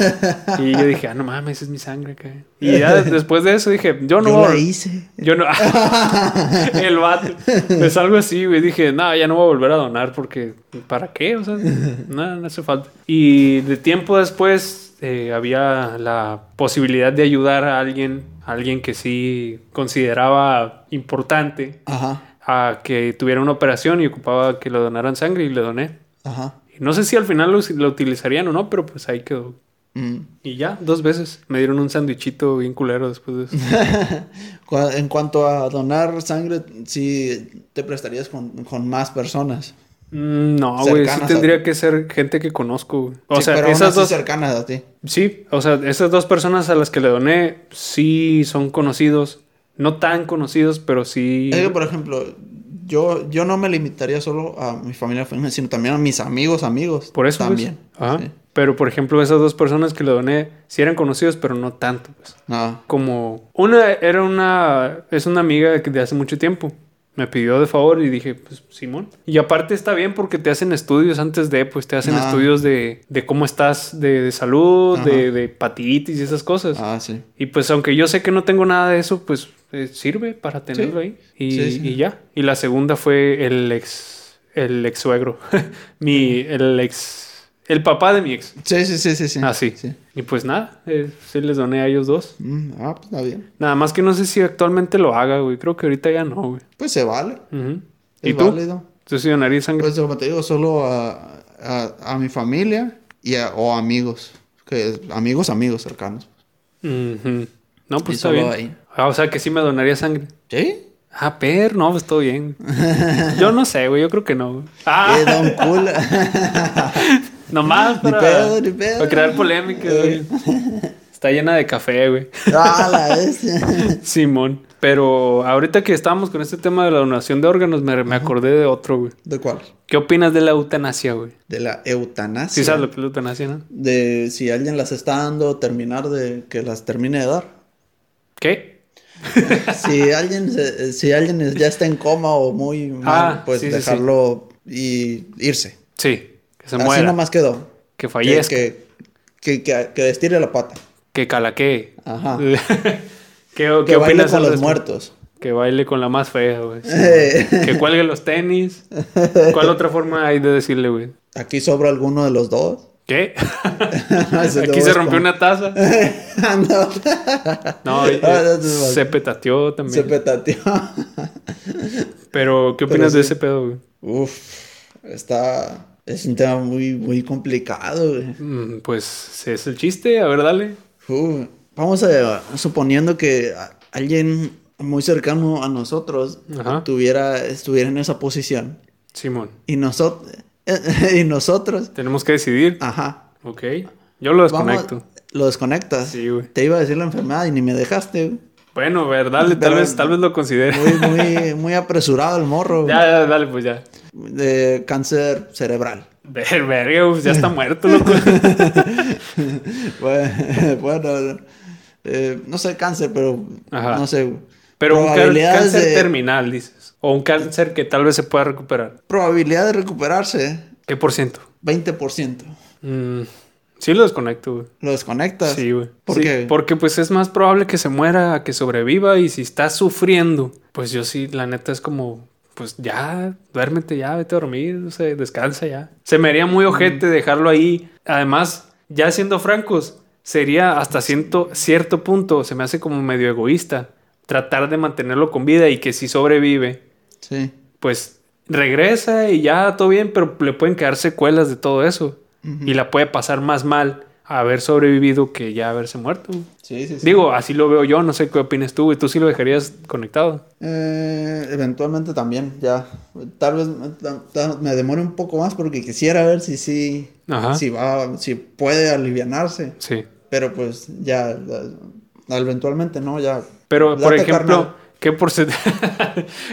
A: Y yo dije, ah, no mames, es mi sangre acá. Y ya después de eso dije, yo no.
B: Yo la
A: voy-
B: hice.
A: Yo no. [LAUGHS] el vato. Es algo así, güey. Dije, no, ya no voy a volver a donar porque, ¿para qué? O sea, no, no hace falta. Y de tiempo después eh, había la posibilidad de ayudar a alguien, a alguien que sí consideraba importante,
B: Ajá,
A: a que tuviera una operación y ocupaba que le donaran sangre y le doné.
B: ajá.
A: Y no sé si al final lo, lo utilizarían o no, pero pues ahí quedó.
B: Mm. [LAUGHS]
A: Y ya, dos veces. Me dieron un sandwichito bien culero después de eso.
B: [LAUGHS] Cua- En cuanto a donar sangre, sí te prestarías con, con más personas.
A: Mm, No, güey, sí
B: Cercanas a
A: tendría
B: ti.
A: que ser gente que conozco. güey. O
B: Sí,
A: sea,
B: pero aún
A: esas
B: así
A: dos.
B: cercanas a ti.
A: Sí, o sea, esas dos personas a las que le doné sí son conocidos. No tan conocidos, pero sí.
B: Es que, por ejemplo, yo, yo no me limitaría solo a mi familia, familia, sino también a mis amigos, amigos.
A: Por eso. pues.
B: También.
A: Ajá.
B: Sí.
A: Pero, por ejemplo, esas dos personas que le doné sí eran conocidos, pero no tanto. Pues.
B: Ah,
A: Como. Una era una. Es una amiga que de hace mucho tiempo. Me pidió de favor y dije, pues, Simón. Y aparte está bien porque te hacen estudios antes de, pues, te hacen
B: Ah.
A: estudios de, de cómo estás de, de salud,
B: Ajá.
A: de, de hepatitis y esas cosas.
B: ah, sí.
A: Y pues aunque yo sé que no tengo nada de eso, pues eh, sirve para tenerlo ahí. Y,
B: Sí, sí.
A: y ya. Y la segunda fue el ex, el ex suegro. [LAUGHS] mi, el ex, el papá de mi ex.
B: Sí, sí, sí, sí. sí.
A: Ah, sí.
B: Sí.
A: Y pues nada, eh, sí les doné a ellos dos.
B: Mm, ah, pues está bien.
A: Nada más que no sé si actualmente lo haga, güey. Creo que ahorita ya no, güey.
B: Pues se vale.
A: Ujú.
B: Es
A: ¿Y tú?
B: válido.
A: ¿Tú sí donarías sangre?
B: Pues como te digo, solo a, a, a mi familia y a- o amigos. Que, amigos, amigos cercanos.
A: Ujú. No,
B: Y
A: pues está bien.
B: solo ahí.
A: Ah, o sea que sí me donaría sangre.
B: ¿Sí? [LAUGHS]
A: Ah, pero no, pues todo bien. Yo no sé, güey. Yo creo que no. güey. Ah.
B: Eh, don cool. [LAUGHS]
A: [LAUGHS] Nomás
B: Ni
A: para,
B: pedo, ni pedo.
A: para crear polémica, güey. [LAUGHS] Está llena de café, güey.
B: ah, [LAUGHS] la bestia.
A: Simón. Pero ahorita que estábamos con este tema de la donación de órganos, me, me acordé de otro, güey.
B: ¿De cuál?
A: ¿Qué opinas de la eutanasia, güey?
B: De la
A: Sí,
B: eutanasia.
A: sabes lo que es la eutanasia, ¿no?
B: de si alguien las está dando, terminar de que las termine de dar.
A: ¿Qué? [LAUGHS]
B: Si alguien, se- si alguien es- ya está en coma o muy mal,
A: Ah,
B: pues
A: sí, sí, sí.
B: dejarlo y irse.
A: Sí, que se
B: Así
A: muera,
B: nomás quedó.
A: que
B: Que,
A: fallezca, que,
B: que, que, que- que estire la pata.
A: calaquee. [LAUGHS]
B: Ajá.
A: ¿Qué,
B: Ah. Que
A: qué
B: baile
A: opinas
B: con
A: al
B: los
A: respecto?
B: muertos.
A: Que baile con la más fea,
B: [LAUGHS]
A: güey.
B: Eh.
A: que cuelgue los tenis. ¿Cuál otra forma hay de decirle, güey?
B: Aquí sobra alguno de los dos. [LAUGHS]
A: ¿Qué? [LAUGHS]
B: Se lo
A: Aquí se
B: busco.
A: rompió una taza.
B: No,
A: No, eh,
B: [LAUGHS] Ah, no, no, no.
A: se petateó
B: se
A: también.
B: petateó. [LAUGHS]
A: Pero, ¿qué opinas de ese pedo, güey?
B: Uf, está... Es un tema muy, muy complicado, güey.
A: Mm, Pues ese es el chiste, a ver, dale.
B: Uh, vamos a suponiendo que a- alguien muy cercano a nosotros
A: Ajá.
B: tuviera estuviera en esa posición
A: Simón,
B: y nosotros [LAUGHS] y nosotros,
A: tenemos que decidir.
B: ajá,
A: Ok. Yo lo
B: Ah. vamos-
A: desconecto.
B: lo desconectas.
A: Sí, güey.
B: Te iba a decir la enfermedad y ni me dejaste. güey.
A: Bueno, a ver, dale, tal
B: Pero-
A: vez, tal vez lo considere.
B: Muy muy [LAUGHS] muy apresurado el morro güey,
A: ya, ya, dale, pues ya.
B: de cáncer cerebral. [LAUGHS]
A: Ver- Verga, pues, ya está muerto, loco.
B: Bueno, bueno, eh, no sé cáncer, pero
A: Ajá.
B: no sé. güey.
A: Pero un cán-
B: Probabilidades
A: cáncer
B: de-
A: terminal, dices. O un cáncer que tal vez se pueda recuperar.
B: probabilidad de recuperarse
A: ¿Qué por ciento?
B: 20%.
A: Mm, sí lo desconecto, güey.
B: Lo desconectas.
A: Sí, güey.
B: ¿Por
A: Sí,
B: qué?
A: Porque pues es más probable que se muera a que sobreviva y si está sufriendo, pues yo sí, la neta es como, pues ya, duérmete ya, vete a dormir, no sé, descansa ya. Se me haría
B: Mm.
A: muy ojete dejarlo ahí. Además, ya siendo francos, sería hasta ciento- cierto punto, se me hace como medio egoísta tratar de mantenerlo con vida y que si sobrevive,
B: Sí.
A: pues regresa y ya todo bien, pero le pueden quedar secuelas de todo eso. Y la puede pasar más mal haber sobrevivido que ya haberse muerto.
B: Sí, sí, sí.
A: Digo, así lo veo yo, no sé qué opinas tú, güey. ¿Tú sí lo dejarías conectado?
B: Eh, eventualmente también, ya. Tal vez ta- ta- me demore un poco más porque quisiera ver si sí,
A: Ajá.
B: si va, si puede alivianarse.
A: Sí.
B: Pero pues ya, ya, eventualmente no, ya.
A: Pero, por
B: Date,
A: ejemplo,
B: carnal.
A: ¿qué, porcent-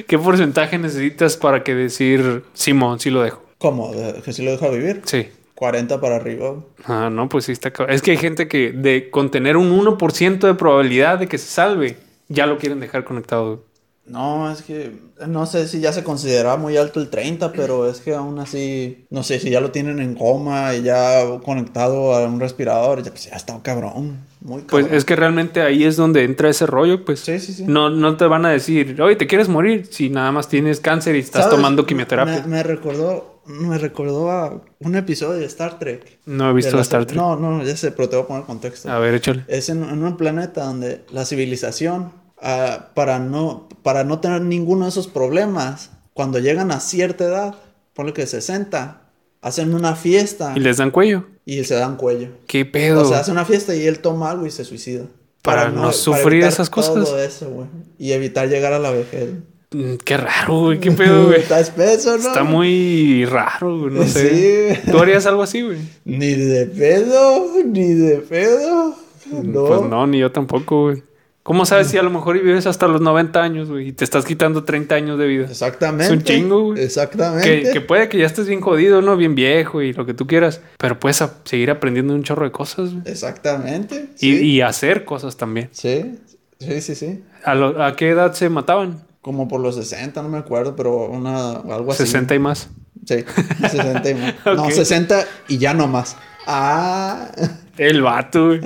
A: [LAUGHS] ¿qué porcentaje necesitas para que decir, Simón, sí lo dejo?
B: ¿Cómo? ¿De- ¿Que sí lo deja vivir?
A: Sí.
B: 40 para arriba.
A: Ah, no, pues sí está cab- Es que hay gente que de con tener un 1% de probabilidad de que se salve, ya lo quieren dejar conectado.
B: No, es que no sé si ya se consideraba muy alto el
A: Mm.
B: 30, pero es que aún así, no sé si ya lo tienen en coma y ya conectado a un respirador, ya, pues ya está cabrón, muy
A: Pues
B: cabrón.
A: es que realmente ahí es donde entra ese rollo, pues.
B: Sí, sí, sí.
A: No, no te van a decir, oye, ¿te quieres morir? Si nada más tienes cáncer y estás
B: ¿Sabes?
A: tomando quimioterapia.
B: Me, me recordó, me recordó a un episodio de Star Trek.
A: No he
B: De
A: visto
B: la-
A: Star Trek.
B: No, Eh, no, ya sé, pero te voy a poner contexto.
A: A ver, échale.
B: Es en, en un planeta donde la civilización, ah, para, no, para no tener ninguno de esos problemas, cuando llegan a cierta edad, ponle que 60, hacen una fiesta
A: ¿Y les dan cuello?
B: y se dan cuello.
A: ¿Qué pedo?
B: ah. O sea, hace una fiesta y él toma algo y se suicida.
A: Para no sufrir
B: evitar
A: esas cosas.
B: Todo eso, güey. Y evitar llegar a la vejez.
A: Mm, Qué raro, güey. ¿Qué
B: [LAUGHS]
A: pedo, güey?
B: Está espeso, ¿no?
A: Está muy raro, güey. No
B: Sí,
A: sé.
B: güey.
A: ¿Tú harías algo así, güey?
B: Ni de pedo, ni de pedo. [LAUGHS] No.
A: Pues no, ni yo tampoco, güey. ¿Cómo sabes si a lo mejor vives hasta los 90 años, güey? Y te estás quitando 30 años de vida.
B: Exactamente.
A: Es un chingo, güey.
B: Exactamente.
A: Que, que puede que ya estés bien jodido, ¿no? Bien viejo y lo que tú quieras. Pero puedes a- seguir aprendiendo un chorro de cosas, güey.
B: Exactamente.
A: Y,
B: sí.
A: y hacer cosas también.
B: Sí, sí, sí, sí.
A: ¿A, lo- a qué edad se mataban?
B: Como por los 60, no me acuerdo, pero una, algo así.
A: 60 y más.
B: Sí, 60 y más.
A: [LAUGHS]
B: No,
A: Ok.
B: 60 y ya no más. Ah, [LAUGHS] pues
A: El vato, güey.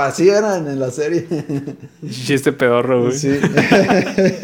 B: así eran en la serie.
A: Chiste pedorro, güey.
B: Sí. [LAUGHS]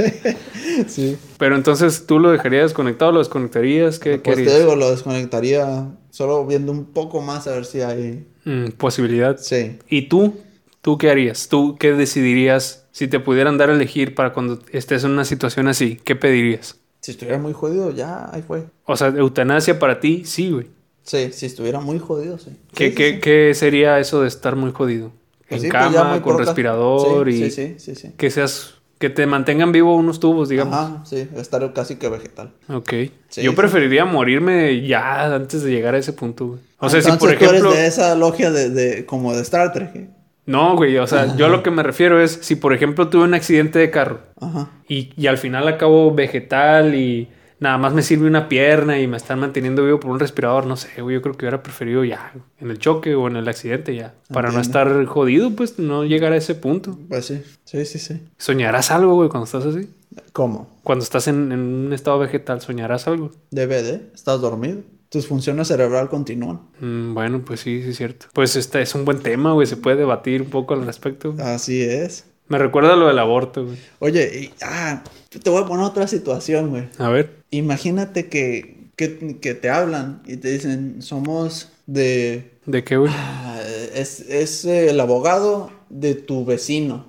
B: sí.
A: Pero entonces, ¿tú lo dejarías conectado? ¿Lo desconectarías? ¿Qué qué
B: Pues te
A: harías?
B: digo, lo desconectaría solo viendo un poco más a ver si hay...
A: Mm, posibilidad.
B: Sí.
A: ¿Y tú? ¿Tú qué harías? ¿Tú qué decidirías si te pudieran dar a elegir para cuando estés en una situación así? ¿Qué pedirías?
B: Si estuviera muy jodido, ya, ahí fue.
A: O sea, eutanasia para ti, sí, güey.
B: Sí, si estuviera muy jodido, sí.
A: ¿Qué,
B: Sí,
A: qué-
B: sí, sí.
A: qué sería eso de estar muy jodido?
B: Pues
A: en
B: sí, pues ya
A: cama,
B: muy
A: con
B: poca-
A: respirador
B: Sí,
A: y
B: sí, sí, sí, sí.
A: que seas... Que te mantengan vivo unos tubos, digamos.
B: Ajá, sí, estar casi que vegetal.
A: Ok.
B: Sí,
A: Yo
B: sí.
A: preferiría morirme ya antes de llegar a ese punto, güey. O sea, si
B: Entonces,
A: por
B: tú
A: ejemplo...
B: eres de esa logia de, de- como de Star Trek. ¿eh?
A: No, güey. O sea, yo lo que me refiero es si por ejemplo tuve un accidente de carro.
B: Ajá.
A: Y, y al final acabo vegetal y nada más me sirve una pierna y me están manteniendo vivo por un respirador. No sé, güey. Yo creo que hubiera preferido ya en el choque o en el accidente ya. Para no estar jodido, pues no llegar a ese punto.
B: Pues sí, sí, sí, sí.
A: ¿Soñarás algo, güey, cuando estás así?
B: ¿Cómo?
A: Cuando estás en, en un estado vegetal, ¿soñarás algo?
B: DVD, estás dormido. Tus funciones cerebral continúan.
A: Mm, bueno, pues sí, sí es cierto. Pues este es un buen tema, güey. Se puede debatir un poco al respecto. güey.
B: Así es.
A: Me recuerda lo del aborto, güey.
B: Oye, y- ah, te voy a poner otra situación, güey.
A: A ver.
B: Imagínate que, que, que te hablan y te dicen, somos de...
A: ¿De qué, güey?
B: ah, es, es el abogado de tu vecino.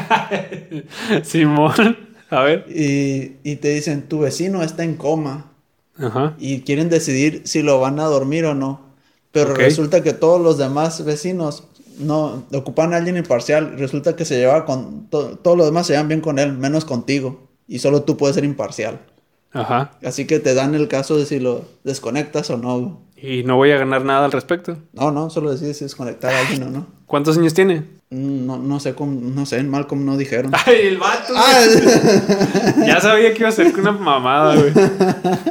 A: [LAUGHS] Simón. A ver.
B: Y, y te dicen, tu vecino está en coma.
A: Ajá.
B: y quieren decidir si lo van a dormir o no. Pero
A: Ok.
B: resulta que todos los demás vecinos no ocupan a alguien imparcial. Resulta que se lleva con to- todos los demás se llevan bien con él, menos contigo. Y solo tú puedes ser imparcial.
A: Ajá.
B: Así que te dan el caso de si lo desconectas o no. güey.
A: Y no voy a ganar nada al respecto.
B: No, no, solo decides si desconectar a alguien o no.
A: ¿Cuántos años tiene?
B: Mm, No, no sé cómo, no sé, en Malcolm no dijeron.
A: [LAUGHS] Ay, el vato.
B: Ah,
A: [LAUGHS] Ya sabía que iba a ser una mamada, güey.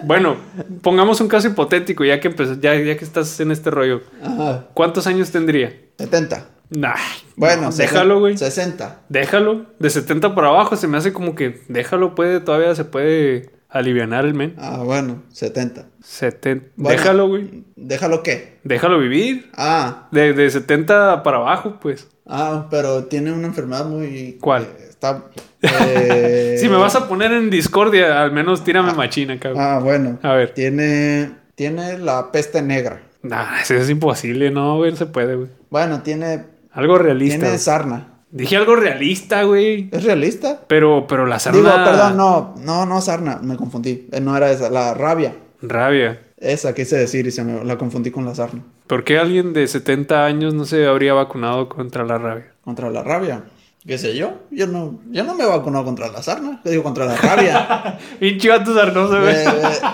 A: Bueno, pongamos un caso hipotético, ya que empezó- ya, ya que estás en este rollo.
B: [LAUGHS] Ajá,
A: ¿Cuántos años tendría?
B: 70.
A: Nah.
B: Bueno,
A: no,
B: 60,
A: déjalo, güey.
B: 60.
A: Déjalo. De 70 para abajo se me hace como que déjalo, puede, todavía se puede alivianar el men.
B: Ah, bueno, 70.
A: 70.
B: Bueno.
A: Déjalo, güey.
B: ¿Déjalo qué?
A: Déjalo vivir.
B: Ah,
A: De, de 70 para abajo, pues.
B: Ah, pero tiene una enfermedad muy...
A: ¿Cuál?
B: eh,
A: [LAUGHS]
B: Está... eh,
A: Si me vas a poner en discordia, al menos tírame machina, cabrón.
B: Ah, bueno.
A: A ver.
B: Tiene... Tiene la peste negra.
A: Nah, eso es imposible, no, güey, no se puede, güey.
B: Bueno, tiene...
A: Algo realista.
B: Tiene
A: güey.
B: sarna.
A: Dije algo realista, güey.
B: ¿Es realista?
A: Pero, pero la sarna.
B: Digo, perdón, no. No, no sarna. Me confundí. Eh, No era esa. La rabia.
A: Rabia.
B: Esa quise decir y se me... La confundí con la sarna.
A: ¿Por qué alguien de 70 años no se habría vacunado contra la
B: [LAUGHS]
A: rabia?
B: Contra la rabia. ¿Qué sé yo? Yo no, yo no me he vacunado contra la sarna. Yo digo contra la
A: [LAUGHS]
B: rabia.
A: Pinche vato sarnoso,
B: me,
A: güey.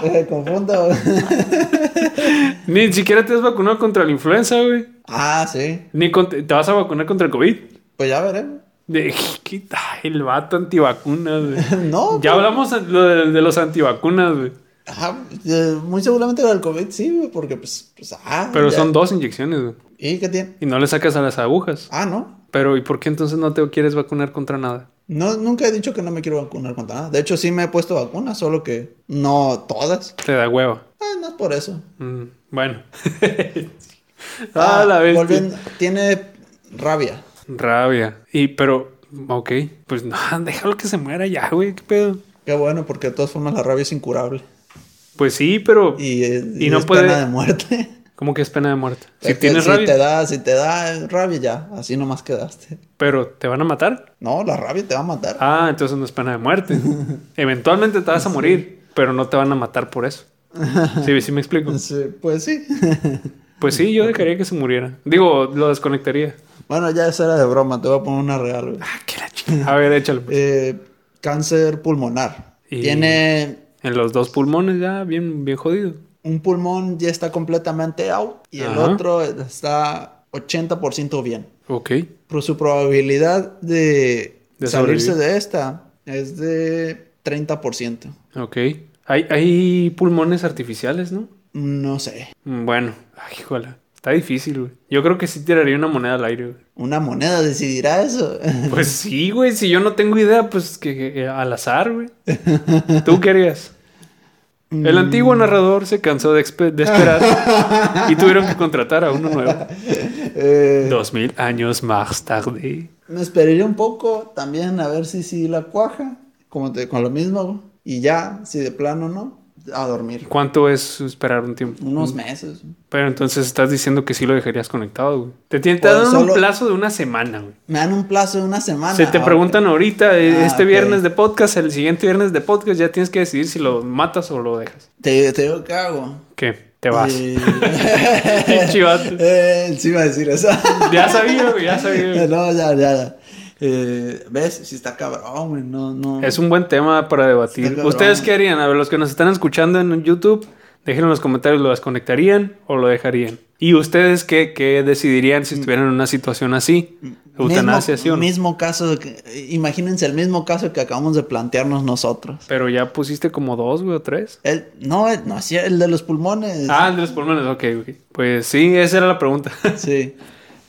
B: me- me confundo. [LAUGHS]
A: Ni siquiera te has vacunado contra la influenza, güey.
B: ah, sí.
A: Ni con- te vas a vacunar contra el COVID.
B: Pues ya veremos. [LAUGHS]
A: De, quita el vato antivacunas, güey.
B: No.
A: Ya
B: pues-
A: hablamos lo de, de los antivacunas, güey.
B: Ajá, eh, muy seguramente lo del COVID sí, güey, porque pues, pues, ah.
A: Pero
B: ya.
A: son dos inyecciones, güey.
B: ¿Y qué tiene?
A: Y no le sacas a las agujas.
B: Ah, no.
A: Pero, ¿y por qué entonces no te quieres vacunar contra nada?
B: No, nunca he dicho que no me quiero vacunar contra nada. De hecho, sí me he puesto vacunas, solo que no todas.
A: Te da hueva.
B: Ah, no es por eso.
A: Mm,
B: [LAUGHS]
A: bueno. ah, la bestia.
B: volviendo- tiene rabia.
A: Rabia. Y, pero, ok. Pues no, [LAUGHS] déjalo que se muera ya, güey. ¿Qué pedo?
B: Qué bueno, porque de todas formas la rabia es incurable.
A: Pues sí, pero
B: Y, eh,
A: Y no
B: es
A: puede-
B: pena de muerte.
A: como que es pena de muerte. [LAUGHS] Si
B: Es que
A: tienes
B: si
A: rabia,
B: Te da, si te da rabia ya, así nomás quedaste.
A: pero te van a matar.
B: No, la rabia te va a matar.
A: Ah, entonces no es pena de [LAUGHS] muerte. Eventualmente te vas a morir, pero no te van a matar por eso. Sí, [LAUGHS] sí me explico.
B: Sí, pues sí. [LAUGHS]
A: Pues sí, yo dejaría que se muriera. Digo, lo desconectaría.
B: bueno, ya eso era de broma, te voy a poner una real, güey.
A: Ah, qué la chingada. A ver, échale. pues.
B: Eh, cáncer pulmonar.
A: Y-
B: Tiene
A: En los dos pulmones ya, bien, bien jodido.
B: un pulmón ya está completamente out y el
A: Ajá.
B: otro está 80% bien.
A: Ok.
B: Pero su probabilidad de,
A: De
B: salirse
A: sobrevivir.
B: de esta es de 30%.
A: Ok. Hay, hay pulmones artificiales, ¿no?
B: No sé.
A: Mm, Bueno, ay, híjole. Está difícil, güey. Yo creo que sí tiraría una moneda al aire, güey.
B: Una moneda
A: [LAUGHS]
B: decidirá eso.
A: Pues sí, güey. Si yo no tengo idea, pues que, que- al azar, güey. ¿Tú qué harías? El antiguo
B: Mm.
A: narrador se cansó de, expe- de esperar y tuvieron que contratar a uno nuevo.
B: [LAUGHS] Eh,
A: Dos mil años más tarde.
B: Me esperaré un poco también a ver si sí la cuaja, como te- con lo mismo, güey. y ya, si de plano no, a dormir.
A: ¿Cuánto es esperar un tiempo?
B: Unos meses. güey.
A: Pero entonces estás diciendo que sí lo dejarías conectado, güey. Te, tienen- te
B: Pues
A: dan
B: solo-
A: un plazo de una semana, güey.
B: Me dan un plazo de una semana.
A: Se te
B: Ah,
A: preguntan ahorita, eh,
B: Ah,
A: este
B: ok.
A: viernes de podcast, el siguiente viernes de podcast, ya tienes que decidir si lo matas o lo dejas.
B: Te, te digo que hago.
A: ¿Qué? Te vas. [LAUGHS]
B: [LAUGHS] Eh,
A: Pinche vato.
B: eh, sí iba a decir eso.
A: Ya sabía, güey, ya sabía. güey.
B: [LAUGHS] no, ya, ya, ya. Eh, ¿Ves? Si está cabrón, güey. No, no.
A: Es un buen tema para debatir.
B: Está cabrón.
A: ¿Ustedes qué harían? A ver, los que nos están escuchando en YouTube, déjenlo en los comentarios, ¿lo desconectarían o lo dejarían? ¿Y ustedes qué, qué decidirían si estuvieran en una situación así? ¿Eutanasia,
B: mismo,
A: sí o no?
B: mismo caso. que- imagínense el mismo caso que acabamos de plantearnos nosotros.
A: Pero ya pusiste como dos, güey, o tres.
B: El, no, el- no, sí, el de los pulmones.
A: Ah, de los pulmones, ok, ok. Pues sí, esa era la pregunta. [LAUGHS]
B: Sí.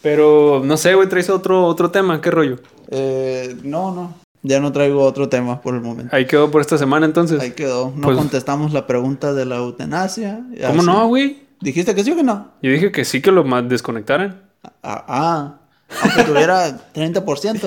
A: Pero no sé, güey, traes otro, otro tema, ¿qué rollo?
B: Eh, no, no. Ya no traigo otro tema por el momento.
A: Ahí quedó por esta semana entonces.
B: Ahí quedó. No
A: Pues-
B: contestamos la pregunta de la eutanasia. Ya
A: ¿Cómo
B: sí.
A: no, güey?
B: ¿Dijiste que sí o que no?
A: Yo dije que sí que lo ma- desconectaran.
B: Ah, ah, aunque tuviera 30%.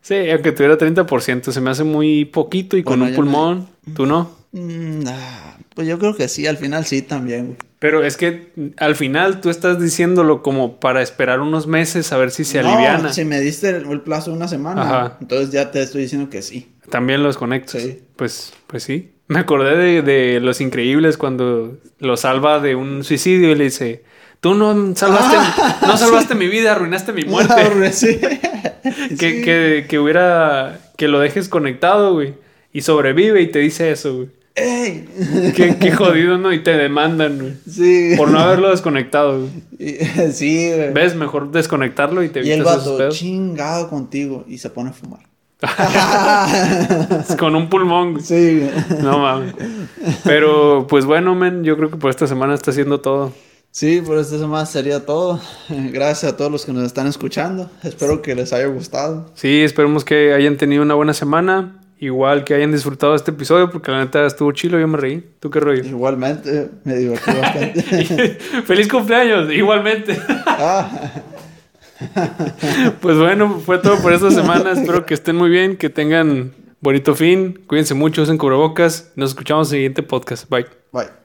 A: Sí, aunque tuviera 30%, se me hace muy poquito y con
B: Bueno,
A: un
B: yo no-
A: pulmón, tú no.
B: Mm, ah, pues yo creo que sí, al final sí también. güey.
A: Pero es que mm, al final tú estás diciéndolo como para esperar unos meses a ver si se
B: No,
A: aliviana.
B: Si me diste el, el plazo de una semana,
A: Ajá.
B: entonces ya te estoy diciendo que sí.
A: También los conectas.
B: Sí.
A: Pues, pues sí. Me acordé de, de Los Increíbles cuando lo salva de un suicidio y le dice, tú no
B: [LAUGHS]
A: salvaste,
B: Ah,
A: no salvaste mi vida, arruinaste mi muerte.
B: Ahora
A: [LAUGHS]
B: sí.
A: que,
B: Sí.
A: que, que hubiera, que lo dejes conectado, güey. Y sobrevive y te dice eso, güey.
B: ¡Ey! [LAUGHS]
A: Qué, qué jodido, ¿no? Y te demandan, güey.
B: Sí.
A: Por no haberlo desconectado, güey.
B: [LAUGHS] Y- sí, güey.
A: ¿Ves? Mejor desconectarlo y te
B: Y el
A: evitas esos
B: vato
A: pedos.
B: chingado contigo y se pone a
A: [LAUGHS]
B: fumar. [LAUGHS]
A: Con un pulmón, güey.
B: sí, güey.
A: No mames. Pero pues bueno, men, yo creo que por esta semana está haciendo todo.
B: Sí, por esta semana sería todo. Gracias a todos los que nos están escuchando. Espero que les haya gustado.
A: Sí, esperemos que hayan tenido una buena semana. Igual que hayan disfrutado este episodio, porque la neta estuvo chilo, yo me reí. ¿Tú qué
B: [LAUGHS]
A: rollo? [LAUGHS]
B: Igualmente, me divertí bastante.
A: ¡Feliz cumpleaños! Igualmente. [LAUGHS]
B: Ah,
A: pues bueno, fue todo por esta semana. Espero que estén muy bien, que tengan bonito fin. Cuídense mucho, usen cubrebocas. Nos escuchamos en el siguiente podcast. Bye.
B: bye.